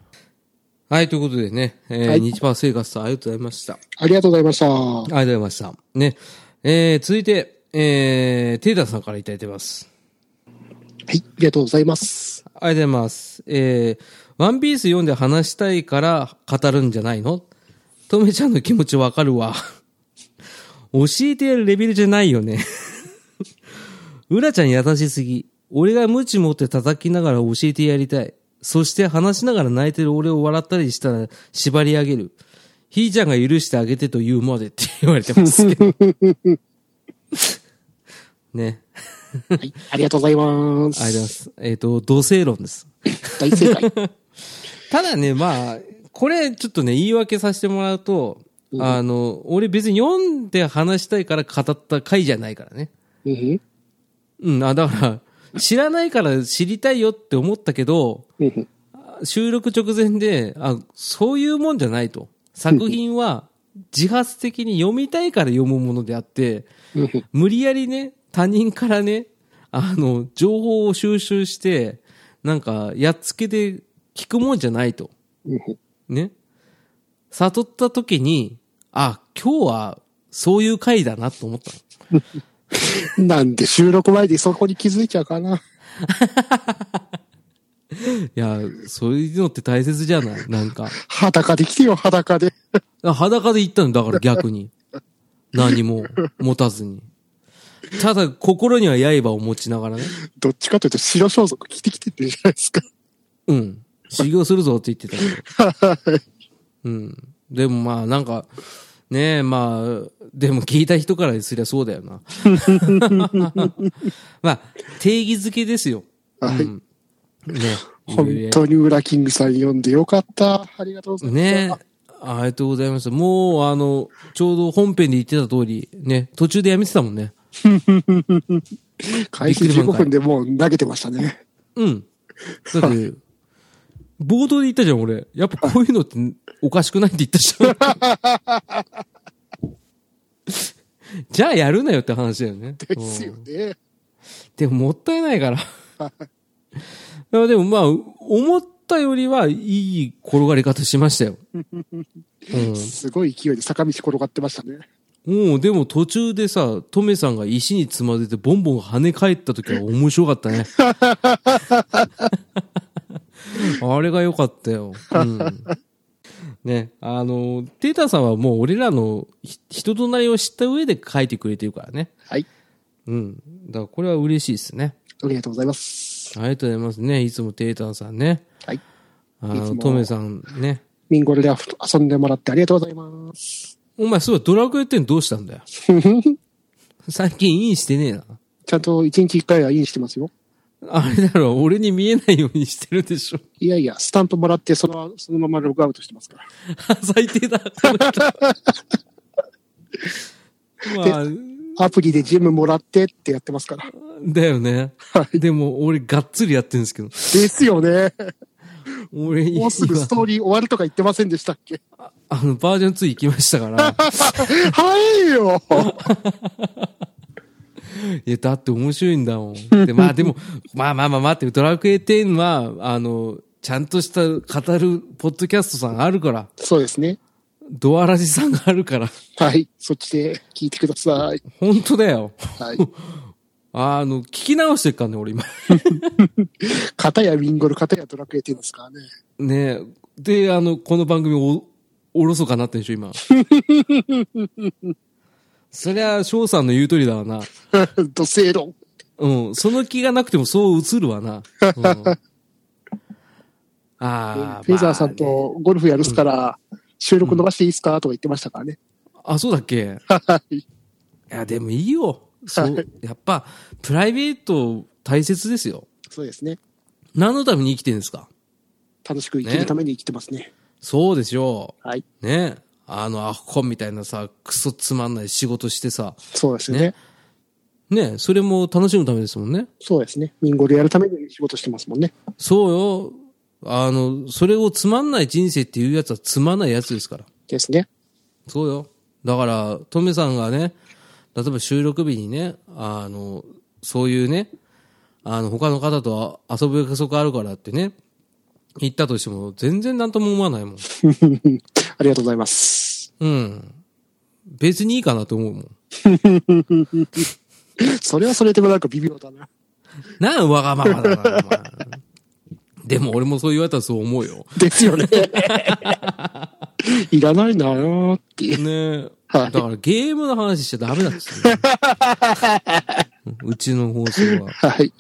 [SPEAKER 1] はい、ということでね、えー
[SPEAKER 2] はい
[SPEAKER 1] 虹パパ生活さんありがとうございました。あ
[SPEAKER 2] ありがとうございました。
[SPEAKER 1] りがとうございました。ね。えー、続いて、えー、テータさんからいただいてます。
[SPEAKER 2] はい、ありがとうございます。
[SPEAKER 1] ありがとうございます。えー、ワンピース読んで話したいから語るんじゃないのとめちゃんの気持ちわかるわ。 教えてやるレベルじゃないよね。 うらちゃん優しすぎ。俺が無知持って叩きながら教えてやりたい。そして話しながら泣いてる俺を笑ったりしたら縛り上げる。ひーちゃんが許してあげてと言うまでって言われてますけど。ね。
[SPEAKER 2] はい、ありがとうございま。
[SPEAKER 1] ありがとうございますす。えっ、と、同性論です。
[SPEAKER 2] 大正解。
[SPEAKER 1] ただね、まあ、これちょっとね、言い訳させてもらうと、あの、俺別に読んで話したいから語った回じゃないからね。
[SPEAKER 2] うんうん
[SPEAKER 1] うん、あ、だから、知らないから知りたいよって思ったけど、
[SPEAKER 2] うんうん
[SPEAKER 1] あ収録直前で、あ、そういうもんじゃないと。作品は自発的に読みたいから読むものであって、
[SPEAKER 2] うんうん
[SPEAKER 1] 無理やりね、他人からね、あの、情報を収集して、なんか、やっつけで聞くもんじゃないと。
[SPEAKER 2] うんうん
[SPEAKER 1] ね。悟った時に、あ、今日はそういう回だなと思ったの。
[SPEAKER 2] なんで収録前でそこに気づいちゃうかな。
[SPEAKER 1] いや、そういうのって大切じゃないなんか。
[SPEAKER 2] 裸で来てよ、裸で。
[SPEAKER 1] 裸で行ったの、だから逆に。何も持たずに。ただ、心には刃を持ちながらね。
[SPEAKER 2] どっちかというと白装束着てきてってるじゃないですか。
[SPEAKER 1] うん。修行するぞって言ってたけど。うん。でもまあ、なんか、ねえ、まあ、でも聞いた人からすりゃそうだよな。 まあ、定義づけですよ。
[SPEAKER 2] はい
[SPEAKER 1] うん。ね。
[SPEAKER 2] 本当に裏キングさん読んでよかった。ありがとうございます。
[SPEAKER 1] ねありがとうございました。もう、あの、ちょうど本編で言ってた通り、ね、途中でやめてたもんね。
[SPEAKER 2] 開始
[SPEAKER 1] びっくり
[SPEAKER 2] 15
[SPEAKER 1] 満開
[SPEAKER 2] 分でもう投げてましたね。
[SPEAKER 1] うん。だって、冒頭で言ったじゃん、俺。やっぱこういうのっておかしくないって言ったじゃん。じゃあやるなよって話だよね。
[SPEAKER 2] ですよね。
[SPEAKER 1] でももったいないから。いやでもまあ、思ったよりはいい転がり方しましたよ。う
[SPEAKER 2] すごい勢いで坂道転がってましたね。
[SPEAKER 1] ん。もうでも途中でさ、トメさんが石につまずいてボンボン跳ね返った時は面白かったね。 あれが良かったよ。うん。ね、あの、テータさんはもう俺らのひ人となりを知った上で書いてくれてるからね。
[SPEAKER 2] はい。
[SPEAKER 1] うん。だからこれは嬉しいですね。
[SPEAKER 2] ありがとうございます。
[SPEAKER 1] ありがとうございますね。いつもテータンさんね。
[SPEAKER 2] はい。
[SPEAKER 1] あ
[SPEAKER 2] いつ
[SPEAKER 1] の、
[SPEAKER 2] も
[SPEAKER 1] トメさんね。
[SPEAKER 2] ミンゴルで遊んでもらってありがとうございます。
[SPEAKER 1] お前、そういえばドラクエってどうしたんだよ。最近インしてねえな。
[SPEAKER 2] ちゃんと1日1回はインしてますよ。
[SPEAKER 1] あれだろ、俺に見えないようにしてるでしょ。
[SPEAKER 2] いやいや、スタンプもらってそのそのままログアウトしてますから。
[SPEAKER 1] 最低だ、この 人まあ、
[SPEAKER 2] アプリでジムもらってってやってますから。
[SPEAKER 1] だよね。でも、俺、がっつりやってるんですけど。
[SPEAKER 2] ですよね。
[SPEAKER 1] 俺、今
[SPEAKER 2] もうすぐストーリー終わるとか言ってませんでしたっけ
[SPEAKER 1] あの、バージョン2行きましたから。
[SPEAKER 2] 早いよ
[SPEAKER 1] いや、だって面白いんだもん。で、まあでも、まあまあまあ待って、ドラクエ10は、あの、ちゃんとした語るポッドキャストさんあるから、
[SPEAKER 2] そうですね。
[SPEAKER 1] ドアラジさんがあるから、
[SPEAKER 2] はい。そっちで聞いてください。
[SPEAKER 1] 本当だよ。
[SPEAKER 2] はい。
[SPEAKER 1] あの、聞き直してるからね、俺今。
[SPEAKER 2] 片やウィンゴル、片やドラクエ10ですからね。
[SPEAKER 1] ねで、あの、この番組お、おろそかになってんでしょ、 今。そりゃ、翔さんの言う通りだわな。
[SPEAKER 2] 土星論。
[SPEAKER 1] うん、その気がなくてもそう映るわな。うん、ああ。
[SPEAKER 2] フェザーさ
[SPEAKER 1] ま
[SPEAKER 2] ん
[SPEAKER 1] あね
[SPEAKER 2] とゴルフやるっすから、収録伸ばしていいっすかとか言ってましたからね。
[SPEAKER 1] あ、そうだっけ
[SPEAKER 2] はい。
[SPEAKER 1] いや、でもいいよ。そう、やっぱ、プライベート大切ですよ。
[SPEAKER 2] そうですね。
[SPEAKER 1] 何のために生きてるんですか
[SPEAKER 2] 楽しく生きるために生きてますね。
[SPEAKER 1] そうでしょ
[SPEAKER 2] はい。
[SPEAKER 1] う。ね。あの、アホみたいなさ、クソつまんない仕事してさ。
[SPEAKER 2] そうですね。
[SPEAKER 1] ねね。それも楽しむためですもんね。
[SPEAKER 2] そうですね。ミンゴルやるために仕事してますもんね。
[SPEAKER 1] そうよ。あの、それをつまんない人生っていうやつはつまんないやつですから。
[SPEAKER 2] ですね。
[SPEAKER 1] そうよ。だから、トメさんがね、例えば収録日にね、あの、そういうね、あの、他の方とあ遊ぶ約束あるからってね、言ったとしても、全然なんとも思わないもん。
[SPEAKER 2] ありがとうございます。
[SPEAKER 1] うん。別にいいかなと思うもん。
[SPEAKER 2] それはそれでもなんか微妙だな。
[SPEAKER 1] なん、わがままだな、お前でも俺もそう言われたらそう思うよ。
[SPEAKER 2] ですよね。いらないなーっていう。
[SPEAKER 1] ねえ。
[SPEAKER 2] はい
[SPEAKER 1] だからゲームの話しちゃダメなんです よ、ね。うちの放送は。
[SPEAKER 2] はい。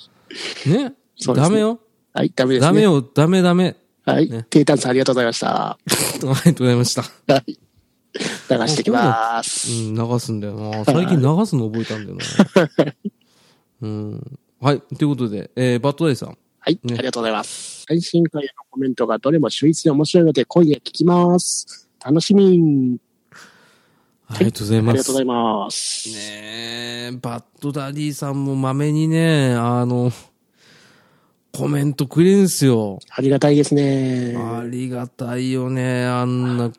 [SPEAKER 1] ね
[SPEAKER 2] そうで
[SPEAKER 1] ダ
[SPEAKER 2] すね
[SPEAKER 1] メよ。
[SPEAKER 2] はい、ダメですね。
[SPEAKER 1] ダメよ、ダメダメ。
[SPEAKER 2] はい。
[SPEAKER 1] ね
[SPEAKER 2] テイタンさんありがとうございました。
[SPEAKER 1] ありがとうございました。
[SPEAKER 2] はい。流してきます。
[SPEAKER 1] うん、流すんだよな。最近流すの覚えたんだよな。うん。はい。ということで、えー、バッドダイさん。
[SPEAKER 2] はい、
[SPEAKER 1] ね
[SPEAKER 2] ありがとうございます。最新回のコメントがどれも秀逸で面白いので、今夜聞きます。楽しみ
[SPEAKER 1] ありがとうござい
[SPEAKER 2] あ
[SPEAKER 1] ま
[SPEAKER 2] りがと
[SPEAKER 1] す。
[SPEAKER 2] うございます。
[SPEAKER 1] ねえ、バッドダディさんもまめにね、あの、コメントくれんすよ。
[SPEAKER 2] ありがたいですね。
[SPEAKER 1] ありがたいよね。あんな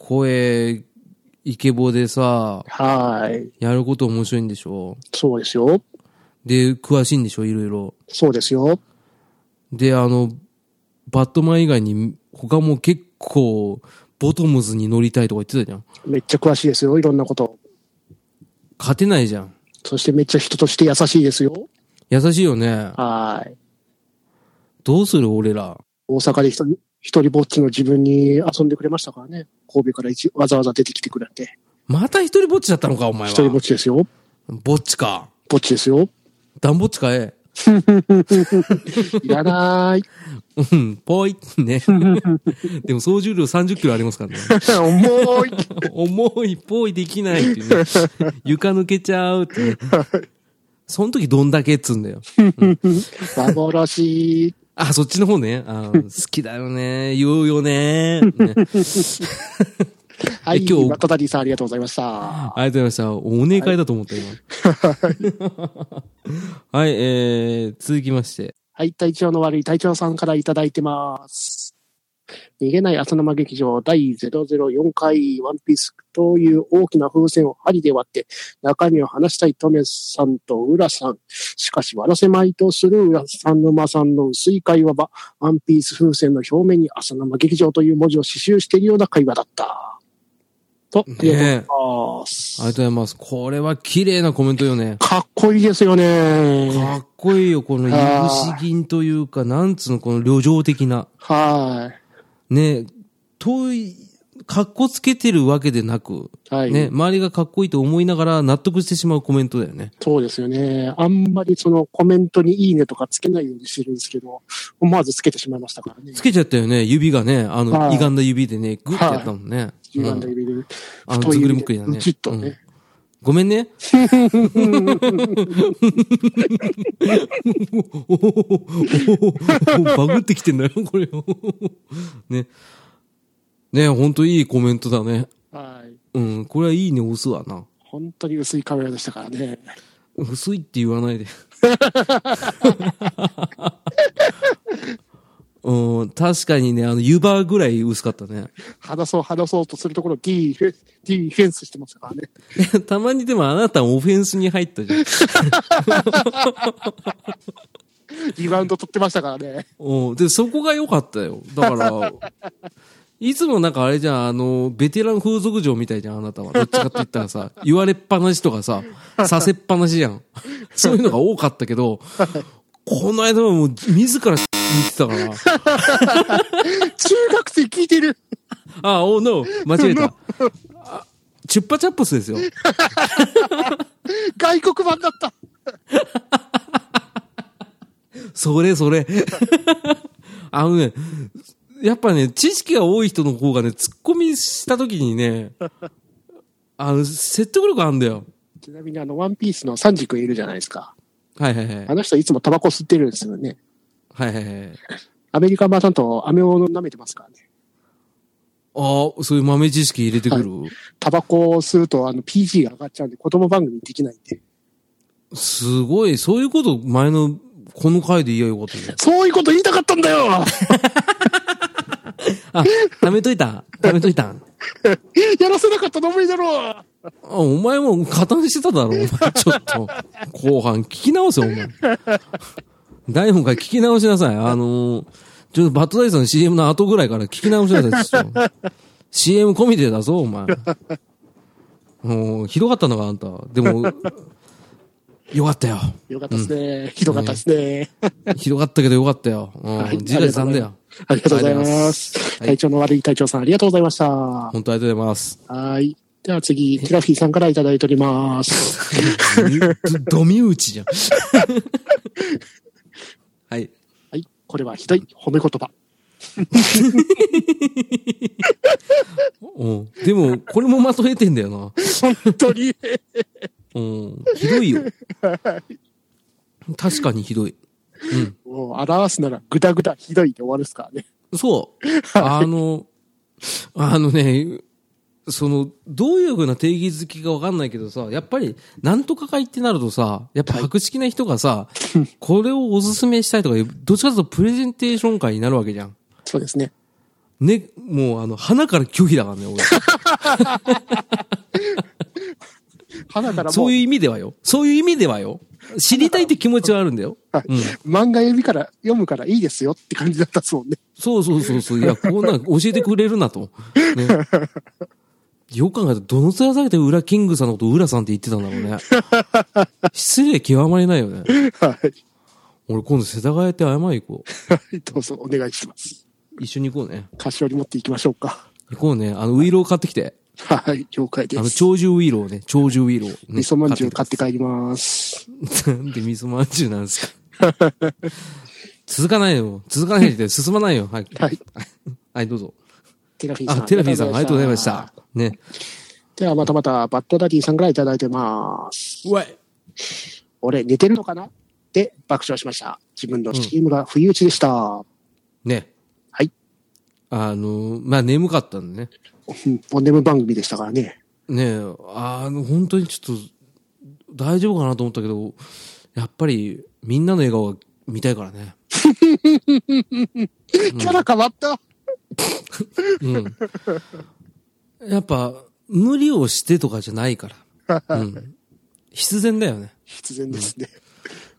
[SPEAKER 1] 声、イケボでさ、
[SPEAKER 2] はい。
[SPEAKER 1] やること面白いんでしょ
[SPEAKER 2] そうですよ。
[SPEAKER 1] で、詳しいんでしょいろいろ。
[SPEAKER 2] そうですよ。
[SPEAKER 1] で、あの、バットマン以外に、他も結構、ボトムズに乗りたいとか言ってたじゃん。
[SPEAKER 2] めっちゃ詳しいですよ。いろんなこと。
[SPEAKER 1] 勝てないじゃん。
[SPEAKER 2] そしてめっちゃ人として優しいですよ。
[SPEAKER 1] 優しいよね。
[SPEAKER 2] はい。
[SPEAKER 1] どうする俺ら。
[SPEAKER 2] 大阪で一人、一人ぼっちの自分に遊んでくれましたからね。神戸から一わざわざ出てきてくれて。
[SPEAKER 1] また一人ぼっちだったのか、お前は。
[SPEAKER 2] 一人ぼっちですよ。
[SPEAKER 1] ぼっちか。
[SPEAKER 2] ぼっちですよ。
[SPEAKER 1] ダンぼっちかえ。
[SPEAKER 2] い らない。
[SPEAKER 1] うん、ぽい。ね。 でも総重量30キロありますからね。
[SPEAKER 2] 重い。
[SPEAKER 1] 重い、ぽいできないっていうね。床抜けちゃうってね。その時どんだけっつうんだよ。
[SPEAKER 2] 幻。
[SPEAKER 1] あ、そっちの方ね。あー好きだよね。言うよね。ね
[SPEAKER 2] はい、
[SPEAKER 1] え今日
[SPEAKER 2] 今トダディさんありがとうございました。
[SPEAKER 1] ありがとうございました。お願いだと思った、今。はい、えー、続きまして。
[SPEAKER 2] はい、体調の悪い隊長さんからいただいてます。逃げない浅沼劇場第004回ワンピースという大きな風船を針で割って中身を話したいトメさんと浦さん。しかし割らせまいとする浦さん沼さんの薄い会話はワンピース風船の表面に浅沼劇場という文字を刺繍しているような会話だった。と、ありがとうございま
[SPEAKER 1] ありが
[SPEAKER 2] す。
[SPEAKER 1] とうございます。これは綺麗なコメントよね。
[SPEAKER 2] かっこいいですよ
[SPEAKER 1] か
[SPEAKER 2] ね。
[SPEAKER 1] っこいいよ、このいぶし銀というか、なんつうの、この旅情的な。
[SPEAKER 2] は
[SPEAKER 1] ね、遠い、かっこつけてるわけでなく、
[SPEAKER 2] い。はい。
[SPEAKER 1] ね、周りがかっこいいと思いながら納得してしまうコメントだよね。
[SPEAKER 2] そうですよね。あんまりそのコメントにいいねとかつけないようにしてるんですけど、思わずつけてしまいましたからね。
[SPEAKER 1] つけちゃったよね、指がね、あの、
[SPEAKER 2] はい
[SPEAKER 1] 歪んだ指でね、グッてやったもんね。
[SPEAKER 2] 自
[SPEAKER 1] う
[SPEAKER 2] 分
[SPEAKER 1] ん
[SPEAKER 2] で指で。
[SPEAKER 1] あの、
[SPEAKER 2] 太
[SPEAKER 1] ず
[SPEAKER 2] い
[SPEAKER 1] ぐりむ
[SPEAKER 2] 指で
[SPEAKER 1] っくりだね。
[SPEAKER 2] ちっと
[SPEAKER 1] うん
[SPEAKER 2] ね。
[SPEAKER 1] ごめん ね。おおおおおバグってきてんだよ、これ。ね。ね、ほんといいコメントだね。
[SPEAKER 2] はい。
[SPEAKER 1] うん、これはいいね、押すわな。
[SPEAKER 2] 本当に薄いカメラでしたからね。
[SPEAKER 1] 薄いって言わないで。うん、確かにね、あの、湯葉ぐらい薄かったね。
[SPEAKER 2] 話そう話そうとするところ、ディー、ディフェンスしてましたからね。
[SPEAKER 1] たまにでもあなたオフェンスに入ったじゃん。
[SPEAKER 2] リバウンド取ってましたからね。
[SPEAKER 1] うん、で、そこが良かったよ。だから、いつもなんかあれじゃん、あの、ベテラン風俗嬢みたいじゃん、あなたは。どっちかって言ったらさ、言われっぱなしとかさ、させっぱなしじゃん。そういうのが多かったけど、この間はもう自ら言ってたから。
[SPEAKER 2] 中学生聞いてる
[SPEAKER 1] あ、おの、間違えた。あチュッパチャップスですよ。
[SPEAKER 2] 外国版だった
[SPEAKER 1] それそれ。 あのね、やっぱね、知識が多い人の方がね、ツッコミした時にね、あの、説得力あるんだよ。
[SPEAKER 2] ちなみにあの、ワンピースのサンジ君いるじゃないですか。
[SPEAKER 1] はいはいはい
[SPEAKER 2] あ。の人いつもタバコ吸ってるんですよね。
[SPEAKER 1] はいはいはい。
[SPEAKER 2] アメリカ版だと飴を舐めてますからね。
[SPEAKER 1] ああ、そういう豆知識入れてくる。
[SPEAKER 2] タバコを吸うとあの PG が上がっちゃうんで、子供番組できないんで。
[SPEAKER 1] すごい、そういうこと前の、この回で言えばよかったね。
[SPEAKER 2] そういうこと言いたかったんだよ
[SPEAKER 1] あ、貯めといた。貯めといた。
[SPEAKER 2] やらせなかったの無理だろう
[SPEAKER 1] あお前も加担してただろ、お 前。ちょっと。後半聞き直せ、お前。台本から聞き直しなさい。あのーちょっとバッドダイスの CM の後ぐらいから聞き直しなさい、ちょっと。CM 込みでだぞ、お前。もう、ひどかったのか、あんた。でも、よかったよ。
[SPEAKER 2] よかったですね。ひどかったですね。
[SPEAKER 1] ひどかったけどよかったよ。うん
[SPEAKER 2] はい。
[SPEAKER 1] 次回さんだよ。
[SPEAKER 2] ありがとうございます。
[SPEAKER 1] はい
[SPEAKER 2] 体調の悪い隊長さん、ありがとうございました。は
[SPEAKER 1] 本当ありがとうございます。
[SPEAKER 2] い。では次、ティラフィーさんからいただいております。
[SPEAKER 1] ドミ打ちじゃん。はい。
[SPEAKER 2] はい。これはひどい褒め言葉。
[SPEAKER 1] うん。でも、これもまとえてんだよな。
[SPEAKER 2] 本当 に。
[SPEAKER 1] うん。ひどいよ。確かにひどい。
[SPEAKER 2] もう、表すなら、ぐだぐだひどいで終わるっすからね。
[SPEAKER 1] そう。あの、あのね、その、どういうふうな定義づきかわかんないけどさ、やっぱり、なんとか会ってなるとさ、やっぱ白識な人がさ、これをおすすめしたいとか、どっちかというとプレゼンテーション会になるわけじゃん。
[SPEAKER 2] そうですね。
[SPEAKER 1] ね、もうあの、花から拒否だからね、俺。
[SPEAKER 2] 花からも
[SPEAKER 1] そうういう、意味ではよ。そういう意味ではよ。知りたいって気持ちはあるんだよ。
[SPEAKER 2] はい漫画読みから、読むからいいですよって感じだったっすもんね。
[SPEAKER 1] そうそうそうそう。いや、こんなん教えてくれるなと。ね、よく考えたら、どの面下げて裏キングさんのこと裏さんって言ってたんだろうね。失礼極まりないよね。
[SPEAKER 2] はい。
[SPEAKER 1] 俺今度世田谷って謝り行こう。
[SPEAKER 2] どうぞお願いします。
[SPEAKER 1] 一緒に行こうね。
[SPEAKER 2] 菓子折り持っていきましょうか。
[SPEAKER 1] 行こうね。あの、ウイロー買ってきて。
[SPEAKER 2] はい、了解で
[SPEAKER 1] あの、
[SPEAKER 2] す。
[SPEAKER 1] 長寿ウイローね。長寿ウイロー、ね。
[SPEAKER 2] 味噌まんじゅう
[SPEAKER 1] 買
[SPEAKER 2] 買
[SPEAKER 1] っ
[SPEAKER 2] って帰ります。
[SPEAKER 1] てきて。なんで味噌まんじゅうなんですか。続かないよ。続かないで進まないよ。はい。
[SPEAKER 2] はい。
[SPEAKER 1] はい、どうぞ。
[SPEAKER 2] テラフィーさ
[SPEAKER 1] あ、
[SPEAKER 2] ん。
[SPEAKER 1] テラフィーさん、ありがとうございまし。た。ね。
[SPEAKER 2] ではまたまた、バッドダディさんからいただいてます。
[SPEAKER 1] うわい。
[SPEAKER 2] 俺、寝てるのかなって爆笑しました。自分の CM が不意打ちでした。
[SPEAKER 1] ね。
[SPEAKER 2] はい。
[SPEAKER 1] あの、まあ、眠かったんでね。
[SPEAKER 2] うん、ボンネム番組でしたからね。
[SPEAKER 1] ねえ、あの、本当にちょっと、大丈夫かなと思ったけど、やっぱり、みんなの笑顔が見たいからね。
[SPEAKER 2] キャラ変わった
[SPEAKER 1] うん。やっぱ、無理をしてとかじゃない から。うん。必然だよね。
[SPEAKER 2] 必然ですね。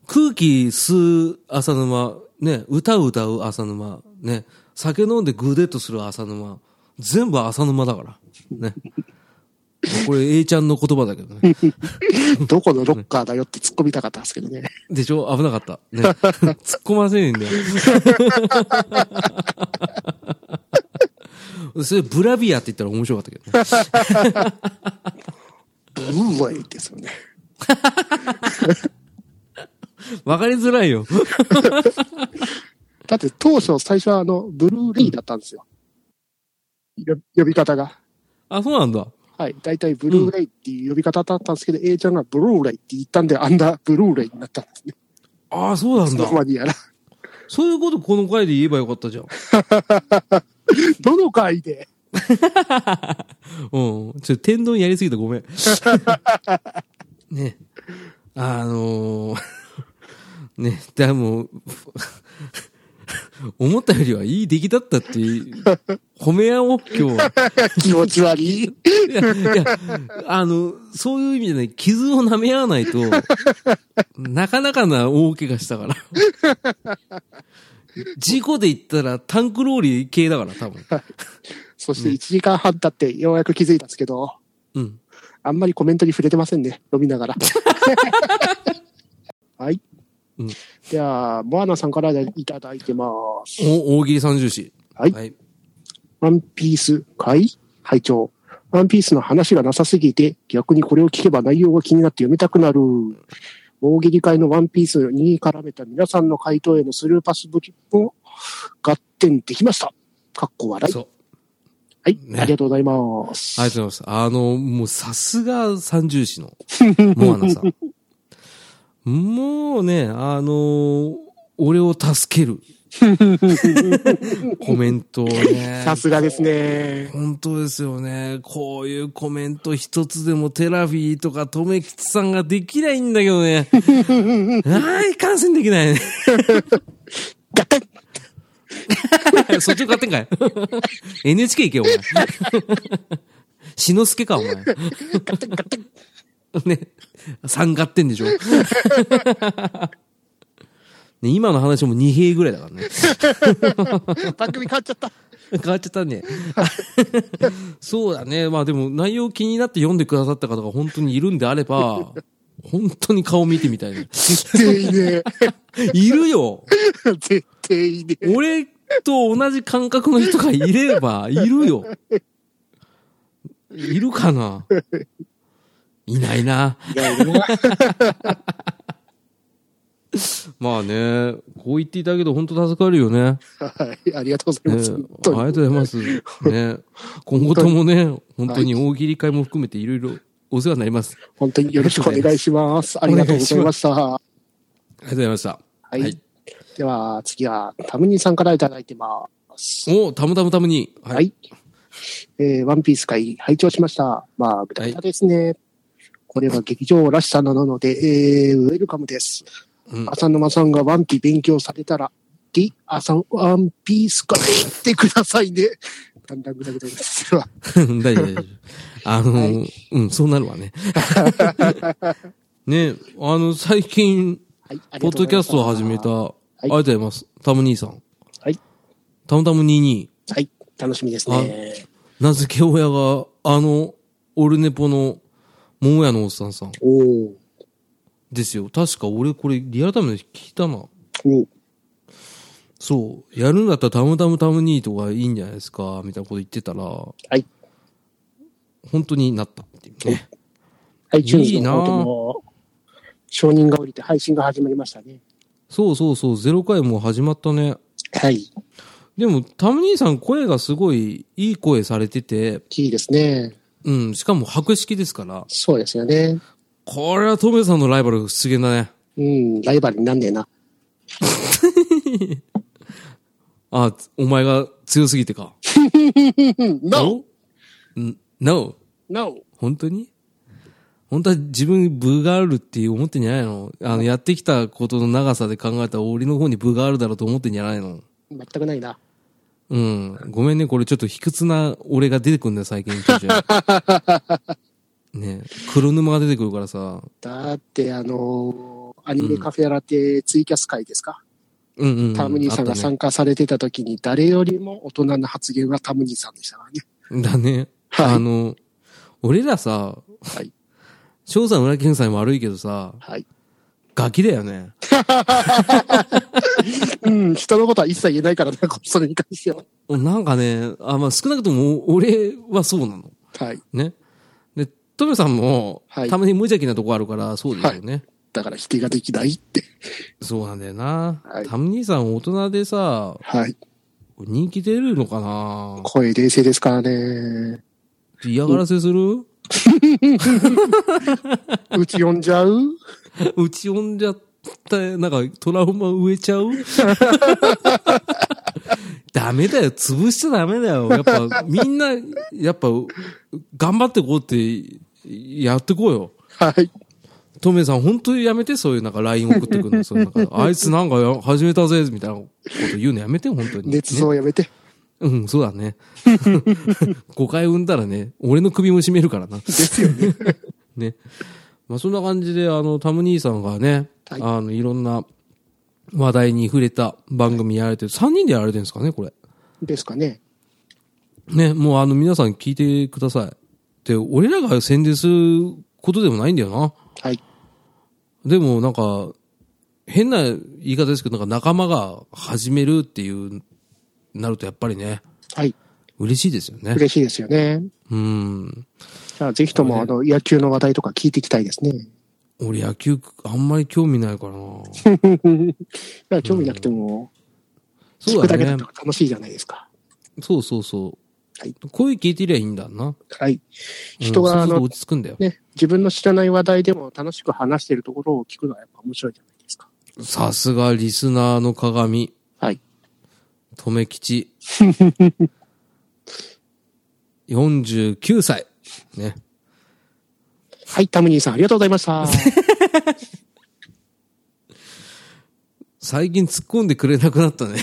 [SPEAKER 1] 空気吸う浅沼、ね、歌う歌う浅沼、ね、酒飲んでグーデッとする浅沼、全部浅沼だから。ね。これ A ちゃんの言葉だけどね。
[SPEAKER 2] どこのロッカーだよって突っ込みたかったんですけどね。
[SPEAKER 1] でしょ危なかった。ね。 突っ込ませねえんだよ。 それブラビアって言ったら面白かったけどね。
[SPEAKER 2] ブルーウェイですよね。
[SPEAKER 1] わかりづらいよ。
[SPEAKER 2] だって当初最初はあの、ブルーレイだったんですよ。よ呼び方が。
[SPEAKER 1] あ、そうなんだ。
[SPEAKER 2] はい。大体ブルーレイっていう呼び方だったんですけど、A ちゃんがブルーレイって言ったんで、あんなブルーレイになったんですね。
[SPEAKER 1] ああ、そうなん
[SPEAKER 2] そ
[SPEAKER 1] だ
[SPEAKER 2] の。まにやら。
[SPEAKER 1] そういうことこの回で言えばよかったじゃん。
[SPEAKER 2] どの回で
[SPEAKER 1] うん。ちょ、天丼やりすぎたごめん。 ね。あのー ね、でも、 思ったよりはいい出来だったっていう、褒め合おう、今日は。
[SPEAKER 2] 気持ち悪い。
[SPEAKER 1] いや、いや、あの、そういう意味じゃない、傷を舐め合わない と、なかなかな大怪我したから。事故で言ったらタンクローリー系だから、多分。
[SPEAKER 2] そして1時間半経ってようやく気づいたんですけど、
[SPEAKER 1] うん。
[SPEAKER 2] あんまりコメントに触れてませんね。飲みなが ら。はい。
[SPEAKER 1] うん
[SPEAKER 2] では、モアナさんからいただいてます。
[SPEAKER 1] お、大喜利三重士。
[SPEAKER 2] はい
[SPEAKER 1] はい。
[SPEAKER 2] ワンピース会会長。ワンピースの話がなさすぎて、逆にこれを聞けば内容が気になって読みたくなる。大喜利会のワンピースに絡めた皆さんの回答へのスルーパスぶりも合点できました。かっこ笑い。
[SPEAKER 1] そう。
[SPEAKER 2] はい、
[SPEAKER 1] ね
[SPEAKER 2] ありがとうございます。
[SPEAKER 1] ありがとうございます。あの、もうさすが三重 士の、モアナさん。もうね、あの俺を助 ける。コメントをね。
[SPEAKER 2] さすがですね。
[SPEAKER 1] 本当ですよね。こういうコメント一つでもテラフィーとかとめきちさんができないんだけどね。 はい、感染できないね。
[SPEAKER 2] ガテン
[SPEAKER 1] そっちを買ってんかい ?NHK 行けよ、お前。しのすけか、お前。 ね。3買ってんでしょ ね今の話も2兵ぐらいだからね。
[SPEAKER 2] 番組変わっちゃった。
[SPEAKER 1] 変わっちゃったね。そうだね。まあでも内容気になって読んでくださった方が本当にいるんであれば、本当に顔見てみたいね。
[SPEAKER 2] 絶対いね
[SPEAKER 1] いるよ
[SPEAKER 2] え。絶対いねえ。
[SPEAKER 1] 俺と同じ感覚の人がいれば、いるよ。いるかないないな。まあね、こう言っていただけると本当助かるよね。
[SPEAKER 2] はい、ありがとうござい
[SPEAKER 1] ね
[SPEAKER 2] ます。
[SPEAKER 1] あり
[SPEAKER 2] 本当に
[SPEAKER 1] がとうございます。ね、今後ともね、本当に大喜利会も含めていろいろお世話になります。
[SPEAKER 2] 本当によろしくお願いします。ありがとうございました。は
[SPEAKER 1] ありがとうございました。
[SPEAKER 2] い。では、次は、タムニーさんからいただいてます。
[SPEAKER 1] おたむたむたむに。
[SPEAKER 2] はい。。えーワンピース会、拝聴しました。まあ、ぐだぐだですね。これは劇場らしさなので、えーウェルカムです。
[SPEAKER 1] うん
[SPEAKER 2] 浅沼さんがワンピ勉強されたら、リ、朝、ワンピース会行ってくださいね。だんだんぐだぐだです。それは
[SPEAKER 1] 大丈夫、大丈夫。あのー、うん、そうなるわね。ね、あの、最近、
[SPEAKER 2] はい。あり
[SPEAKER 1] ポッ
[SPEAKER 2] がとう
[SPEAKER 1] ド
[SPEAKER 2] ご
[SPEAKER 1] キ
[SPEAKER 2] ざい
[SPEAKER 1] ャ
[SPEAKER 2] まし
[SPEAKER 1] ストを始めた、あ
[SPEAKER 2] い
[SPEAKER 1] りがとうございます。タム兄さん。
[SPEAKER 2] はい。
[SPEAKER 1] タムタム22。
[SPEAKER 2] はい。楽しみですね。
[SPEAKER 1] 名付け親が、あの、オルネポの、桃屋のおっさんさん
[SPEAKER 2] おお。
[SPEAKER 1] ですよ。確か俺これリアルタイムで聞いたな。
[SPEAKER 2] うん。。
[SPEAKER 1] そう、やるんだったらタムタムタムニーとかいいんじゃないですか、みたいなこと言ってたら、はい本当になったっていうね。
[SPEAKER 2] iTunes の方でも、承認が降りて配信が始まりましたね。
[SPEAKER 1] そうそうそう、ゼロ回もう始まったね。
[SPEAKER 2] はい。
[SPEAKER 1] でも、タム兄さん声がすごいいい声されてて、
[SPEAKER 2] いいですね。
[SPEAKER 1] うん、しかも白式ですから、
[SPEAKER 2] そうですよね。
[SPEAKER 1] これはトメさんのライバル出現だね。
[SPEAKER 2] うん、ライバルになんねえな。
[SPEAKER 1] あ、お前が強すぎてか。
[SPEAKER 2] うん、
[SPEAKER 1] ん ?No?
[SPEAKER 2] !No!
[SPEAKER 1] 本当に本当は自分部があるって思ってんじゃないのあの、やってきたことの長さで考えたら俺の方に部があるだろうと思ってんじゃないの
[SPEAKER 2] 全くないな。
[SPEAKER 1] うん。ごめんね、これちょっと卑屈な俺が出てくんだよ、最近。 ちょいちょいね黒沼が出てくるからさ。
[SPEAKER 2] だって、あのーアニメカフェラテツイキャス会ですか、
[SPEAKER 1] うんうん、うん。
[SPEAKER 2] タムニーさんが参加されてた時に、誰よりも大人な発言がタムニーさんでしたからね。
[SPEAKER 1] あったねだね。
[SPEAKER 2] はい
[SPEAKER 1] あの、俺らさ、
[SPEAKER 2] はい。
[SPEAKER 1] 翔さん、裏健さんに悪いけどさ、
[SPEAKER 2] はい。
[SPEAKER 1] ガキだよね。
[SPEAKER 2] うん、人のことは一切言えないからな、それに関しては。
[SPEAKER 1] なんかね、あ、まあ少なくとも俺はそうなの。
[SPEAKER 2] はい。
[SPEAKER 1] ね。で、トメさんも、
[SPEAKER 2] はい
[SPEAKER 1] たまに無邪気なとこあるから、そうですよね。
[SPEAKER 2] だから否定ができないって。
[SPEAKER 1] そうなんだよな。
[SPEAKER 2] はい
[SPEAKER 1] タム兄さん大人でさ、
[SPEAKER 2] はい。
[SPEAKER 1] 人気出るのかな
[SPEAKER 2] 声冷静ですからね。
[SPEAKER 1] 嫌がらせする
[SPEAKER 2] うち呼んじゃう
[SPEAKER 1] うち呼んじゃった、なんかトラウマ植えちゃう ダメだよ。潰しちゃダメだよ。やっぱ、みんな、やっぱ、頑張ってこうって、やってこうよ。
[SPEAKER 2] はい。
[SPEAKER 1] トメさん、本当にやめて、そういうなんか LINE 送ってくるの。そういうなんかあいつなんかや始めたぜ、みたいなこと言うのやめて、本当に。
[SPEAKER 2] 熱造
[SPEAKER 1] ね。
[SPEAKER 2] やめて。
[SPEAKER 1] うん、そうだね。 誤解生んだらね、俺の首も絞めるからな。
[SPEAKER 2] ですよね。
[SPEAKER 1] ね。まあ、そんな感じで、あの、タム兄さんがね、
[SPEAKER 2] はい
[SPEAKER 1] あの、いろんな話題に触れた番組やられてる。3人でやられてるんですかね、これ。
[SPEAKER 2] ですかね。
[SPEAKER 1] ね、もうあの、皆さん聞いてください。で、俺らが宣伝することでもないんだよな。
[SPEAKER 2] はい。
[SPEAKER 1] でもなんか、変な言い方ですけど、なんか仲間が始めるっていう、なるとやっぱりね、
[SPEAKER 2] はい。
[SPEAKER 1] 嬉しいですよね。
[SPEAKER 2] 嬉しいですよね。
[SPEAKER 1] うん。
[SPEAKER 2] じゃあ、ぜひとも、あの、野球の話題とか聞いていきたいですね。
[SPEAKER 1] 俺野球あんまり興味ないからな。
[SPEAKER 2] いや、興味なくても、 聞
[SPEAKER 1] そう
[SPEAKER 2] く
[SPEAKER 1] だ
[SPEAKER 2] だけだ
[SPEAKER 1] ね
[SPEAKER 2] と。楽しいじゃないですか。
[SPEAKER 1] そうそうそう。
[SPEAKER 2] はい
[SPEAKER 1] 声聞いてりゃいいんだな。
[SPEAKER 2] はい。人
[SPEAKER 1] うん
[SPEAKER 2] が、あ
[SPEAKER 1] そうすると
[SPEAKER 2] の、
[SPEAKER 1] 落ち着くんだよ。
[SPEAKER 2] ね、自分の知らない話題でも楽しく話してるところを聞くのはやっぱ面白いじゃないですか。
[SPEAKER 1] さすがリスナーの鏡、
[SPEAKER 2] はい。
[SPEAKER 1] とめきち。49歳。ね。
[SPEAKER 2] はい、タムニーさん、ありがとうございま した。
[SPEAKER 1] 最近突っ込んでくれなくなった ね。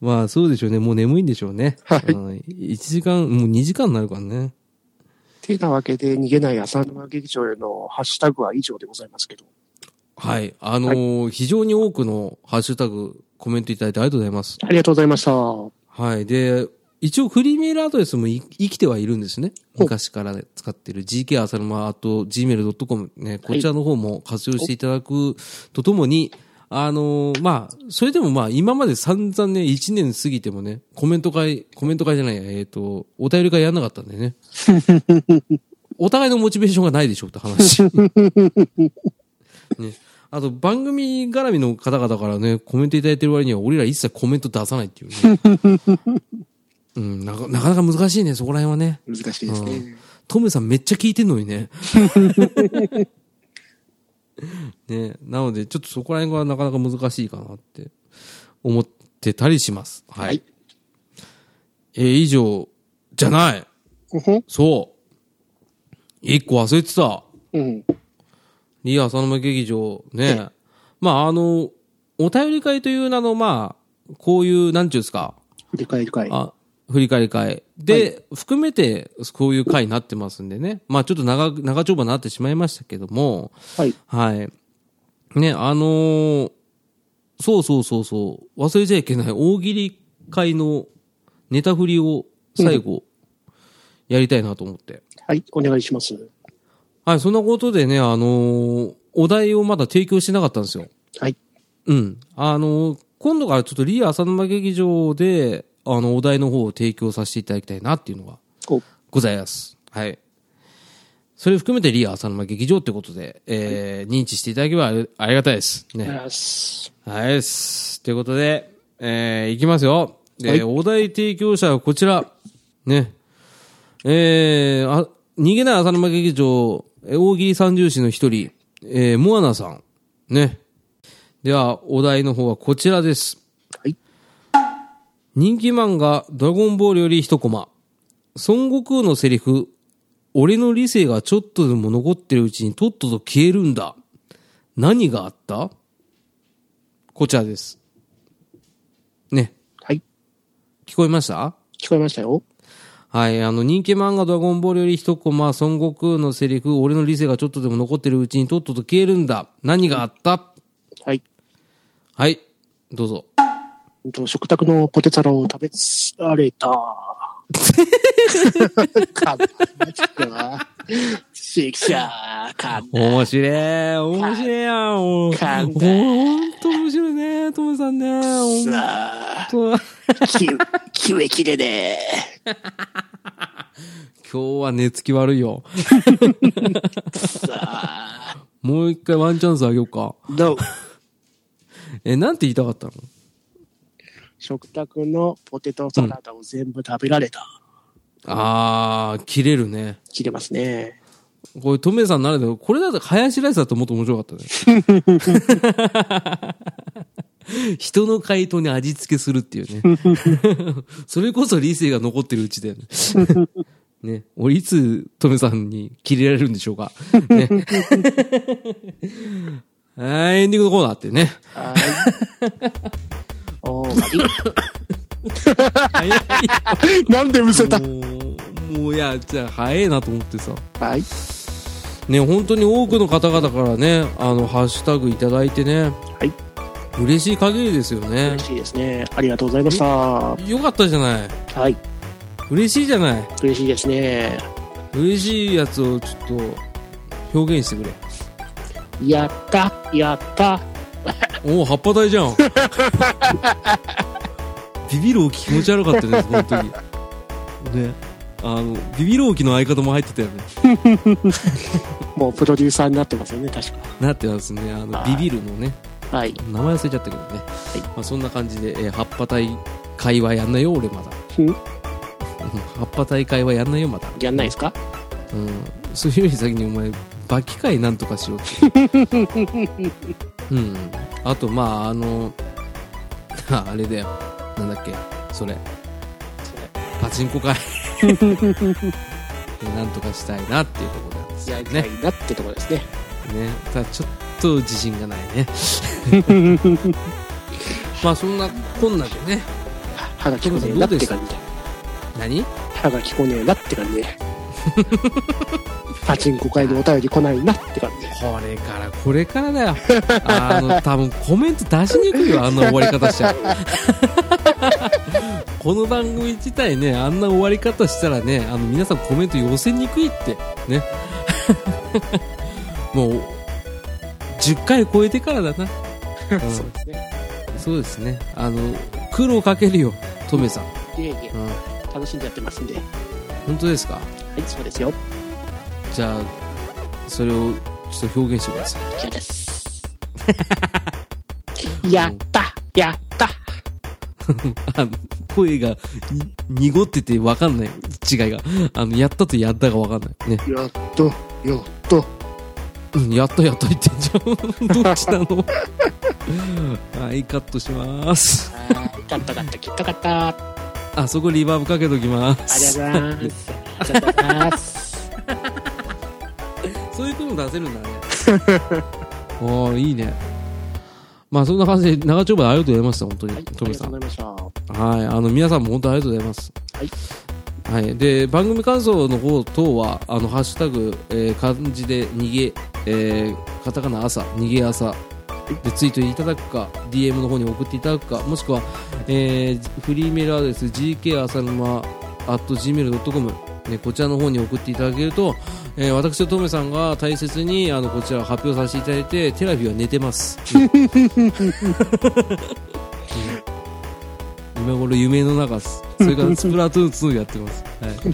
[SPEAKER 1] まあそうでしょうね。もう眠いんでしょうね。
[SPEAKER 2] はい
[SPEAKER 1] い。1時間、もう2時間になるからね。
[SPEAKER 2] てなわけで、逃げない浅沼劇場へのハッシュタグは以上でございますけど。
[SPEAKER 1] はい。あのー非常に多くのハッシュタグ、コメントいただいてありがとうございます。
[SPEAKER 2] ありがとうございました。は
[SPEAKER 1] はい。で、一応フリーメールアドレスもい生きてはいるんですね。昔から使ってる GK アサルマと gmail.com ね、こちらの方も活用していただくとともに、あのーまあ、それでもまあ、今まで散々ね、1年過ぎてもね、コメント会、コメント会じゃないや、えっ、と、お便り会やんなかったんでね。お互いのモチベーションがないでしょうって話。ね。あと、番組絡みの方々からね、コメントいただいてる割には、俺ら一切コメント出さないっていうね。うん、なかなかなか難しいね、そこら辺はね。
[SPEAKER 2] 難しいですね。
[SPEAKER 1] トムさんめっちゃ聞いてんのにね。 ねなので、ちょっとそこら辺がなかなか難しいかなって思ってたりします。はい。
[SPEAKER 2] はい
[SPEAKER 1] えー以上、じゃない
[SPEAKER 2] うんふん。
[SPEAKER 1] そう一個忘れてた
[SPEAKER 2] うん。
[SPEAKER 1] リア浅沼劇場ね。まあ、あの、お便り会という名の、まあ、こういう、なんちゅうんですか。
[SPEAKER 2] 振り返り会。
[SPEAKER 1] あ、振り返り会。で、含めて、こういう会になってますんでね。まあちょっと長く、長丁場になってしまいましたけども、
[SPEAKER 2] はい。
[SPEAKER 1] はい。ね、あのーそうそうそうそう、忘れちゃいけない大喜利会のネタ振りを最後、やりたいなと思って。
[SPEAKER 2] はい、お願いします。
[SPEAKER 1] はい、そんなことでね、あのーお題をまだ提供してなかったんですよ。
[SPEAKER 2] はい。
[SPEAKER 1] うん。あの、今度からちょっとリア浅沼劇場で、あの、お題の方を提供させていただきたいなっていうのが
[SPEAKER 2] お
[SPEAKER 1] ございます。はい。それ含めてリア浅沼劇場ってことで、えー認知していただければありありがたいです。ね。
[SPEAKER 2] よし
[SPEAKER 1] はいっす。ということで、えー、いきますよ。で、
[SPEAKER 2] はい
[SPEAKER 1] お題提供者はこちら。ね。えー、あ、逃げない浅沼劇場、えー大喜利三重士の一人、えー、モアナさん。ね。では、お題の方はこちらです。
[SPEAKER 2] はい。
[SPEAKER 1] 人気漫画、ドラゴンボールより一コマ。孫悟空のセリフ、俺の理性がちょっとでも残ってるうちにとっとと消えるんだ。何があったこちらです。ね、
[SPEAKER 2] はい。
[SPEAKER 1] 聞こえました
[SPEAKER 2] 聞こえましたよ。
[SPEAKER 1] はい、あの、人気漫画ドラゴンボールより一コマ、孫悟空のセリフ、俺の理性がちょっとでも残ってるうちにとっとと消えるんだ。何があった
[SPEAKER 2] はい。
[SPEAKER 1] はい、どうぞ。
[SPEAKER 2] うんと食卓のポテサラを食べられた。かな。シクシャーか
[SPEAKER 1] 面白い。面白いやん。ほん
[SPEAKER 2] 感動
[SPEAKER 1] と面白いね、トムさんね。ほん
[SPEAKER 2] な。
[SPEAKER 1] と。今
[SPEAKER 2] き、きめきれね
[SPEAKER 1] 日は寝つき悪い よ。
[SPEAKER 2] さあ。
[SPEAKER 1] もう一回ワンチャンスあげようか。
[SPEAKER 2] No.
[SPEAKER 1] え、なんて言いたかったの
[SPEAKER 2] 食卓のポテトサラダを全部食べられた。
[SPEAKER 1] あー、切れるね。
[SPEAKER 2] 切れますね。
[SPEAKER 1] これ、トメさんならでは、これだと、ハヤシライスだともっと面白かったね。人の回答に味付けするっていうね。それこそ理性が残ってるうちだよね。ね。俺、いつ、トメさんに切れられるんでしょうか。ね。はい、エンディングのコーナーってね。
[SPEAKER 2] はーい。おーわ
[SPEAKER 1] 早い
[SPEAKER 2] り。なんでむせた
[SPEAKER 1] もう、もういや、じゃあ早いなと思ってさ。
[SPEAKER 2] はい。
[SPEAKER 1] ね、本当に多くの方々からね、あの、ハッシュタグいただいてね。
[SPEAKER 2] はい。
[SPEAKER 1] 嬉しい限りですよね
[SPEAKER 2] 嬉。しいですね。ありがとうございました。は
[SPEAKER 1] よかったじゃない。
[SPEAKER 2] い。
[SPEAKER 1] 嬉しいじゃない。
[SPEAKER 2] 嬉しいですね。
[SPEAKER 1] 嬉しいやつをちょっと表現してくれ。
[SPEAKER 2] やった、やった。
[SPEAKER 1] おお、葉っぱ大じゃ ん。ビビるおき気持ち悪かったね、本当に。ね。あの、ビビるおきの相方も入ってたよね。
[SPEAKER 2] もうプロデューサーになってますよね、確
[SPEAKER 1] なってますね。あの、
[SPEAKER 2] はい
[SPEAKER 1] ビビるのね。
[SPEAKER 2] か。はい。
[SPEAKER 1] 名前忘れちゃったけどね。
[SPEAKER 2] い
[SPEAKER 1] まあ、そんな感じで、えー葉っぱ大会はやんないよ、俺まだ。
[SPEAKER 2] ん
[SPEAKER 1] 葉っぱ大会はやんないよ、まだ。
[SPEAKER 2] やんないですか
[SPEAKER 1] うん、そういうより先にお前バキ会なんとかしようって、うん、あとまああの あれだよなんだっけそれパチンコ会なんとかしたいなっていうところなんです
[SPEAKER 2] や
[SPEAKER 1] よ
[SPEAKER 2] りた
[SPEAKER 1] ね
[SPEAKER 2] いなってとこですね。
[SPEAKER 1] ねただちょっと自信がないねまあそんなこんなでね
[SPEAKER 2] 歯がきこねえなって感じだ。
[SPEAKER 1] 何
[SPEAKER 2] 歯がきこねえなって感 じ。パチンコ会にお便り来ないなって感じ。
[SPEAKER 1] これからこれからだよあの多分コメント出しにくいよあんな終わり方しちゃう この番組自体ねあんな終わり方したらねあの皆さんコメント寄せにくいってね もう10回超えてからだな、うん
[SPEAKER 2] そうですね。
[SPEAKER 1] そうですねあの苦労かけるよトメさん、
[SPEAKER 2] いえいえ
[SPEAKER 1] う、ん、
[SPEAKER 2] 楽しんでやってますんで。は
[SPEAKER 1] 本当ですか
[SPEAKER 2] い、そうですよ。
[SPEAKER 1] じゃあそれをちょっと表現してください
[SPEAKER 2] 嫌です。 やったやった
[SPEAKER 1] あの声がに濁ってて分かんない違いがあのやったとやったが分かんないね
[SPEAKER 2] やっとやっと
[SPEAKER 1] うんやったやった言ってんじゃん どっちなのはいカットします
[SPEAKER 2] はい、かったかった、きっとかった。あ
[SPEAKER 1] あそこリバーブかけときます
[SPEAKER 2] りがとうござい ます。ありがとうございます。
[SPEAKER 1] そういうことも出せるんだね おーいいねまあそんな感じで長丁場でありがとうございました本当に、
[SPEAKER 2] はい、あ
[SPEAKER 1] ト
[SPEAKER 2] り
[SPEAKER 1] ム
[SPEAKER 2] が
[SPEAKER 1] さ
[SPEAKER 2] とうんございました。
[SPEAKER 1] はい、あの皆さんも本当にありがとうございます。
[SPEAKER 2] はい
[SPEAKER 1] はい。で、番組感想の方等は、あの、ハッシュタグ、えー漢字で逃げ、えーカタカナ朝、逃げ朝でツイートいただくか、DM の方に送っていただくか、もしくは、えーフリーメールアドレス、gk 朝沼 at gmail.com、ね、こちらの方に送っていただけると、えー私とトメさんが大切にあのこちら発表させていただいてテラフィは寝て ます、うん今頃夢の中ですそれ からスプラトゥーン2やってま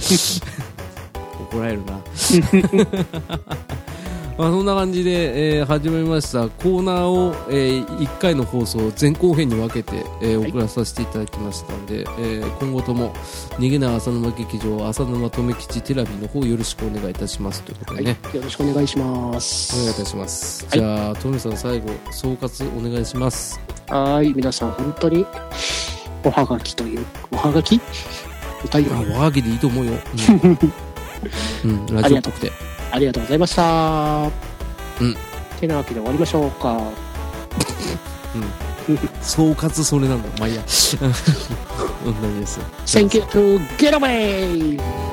[SPEAKER 1] す、 はい、怒られるな まあそんな感じで、えー始めましたコーナーを、え1回の放送前後編に分けて、えー
[SPEAKER 2] はい
[SPEAKER 1] 送らさせていただきましたので、えー今後とも逃げない浅沼劇場浅沼留吉テラビの方よろしくお願いいたしますということ
[SPEAKER 2] は
[SPEAKER 1] で
[SPEAKER 2] い、
[SPEAKER 1] ね、
[SPEAKER 2] よろしくお願いしま
[SPEAKER 1] お願いい
[SPEAKER 2] す。
[SPEAKER 1] たします、
[SPEAKER 2] はい
[SPEAKER 1] じゃあトムさん最後総括お願いします
[SPEAKER 2] はい、皆さん本当に、おはがきという、おはがきお便り
[SPEAKER 1] あわーげでいいと思うよ、 うんうんラジオっぽくて
[SPEAKER 2] ありがとうございました。
[SPEAKER 1] うん。
[SPEAKER 2] てなわけで終わりましょうか。
[SPEAKER 1] 総括それなんだまあいいや 同じです
[SPEAKER 2] Thank you to get away!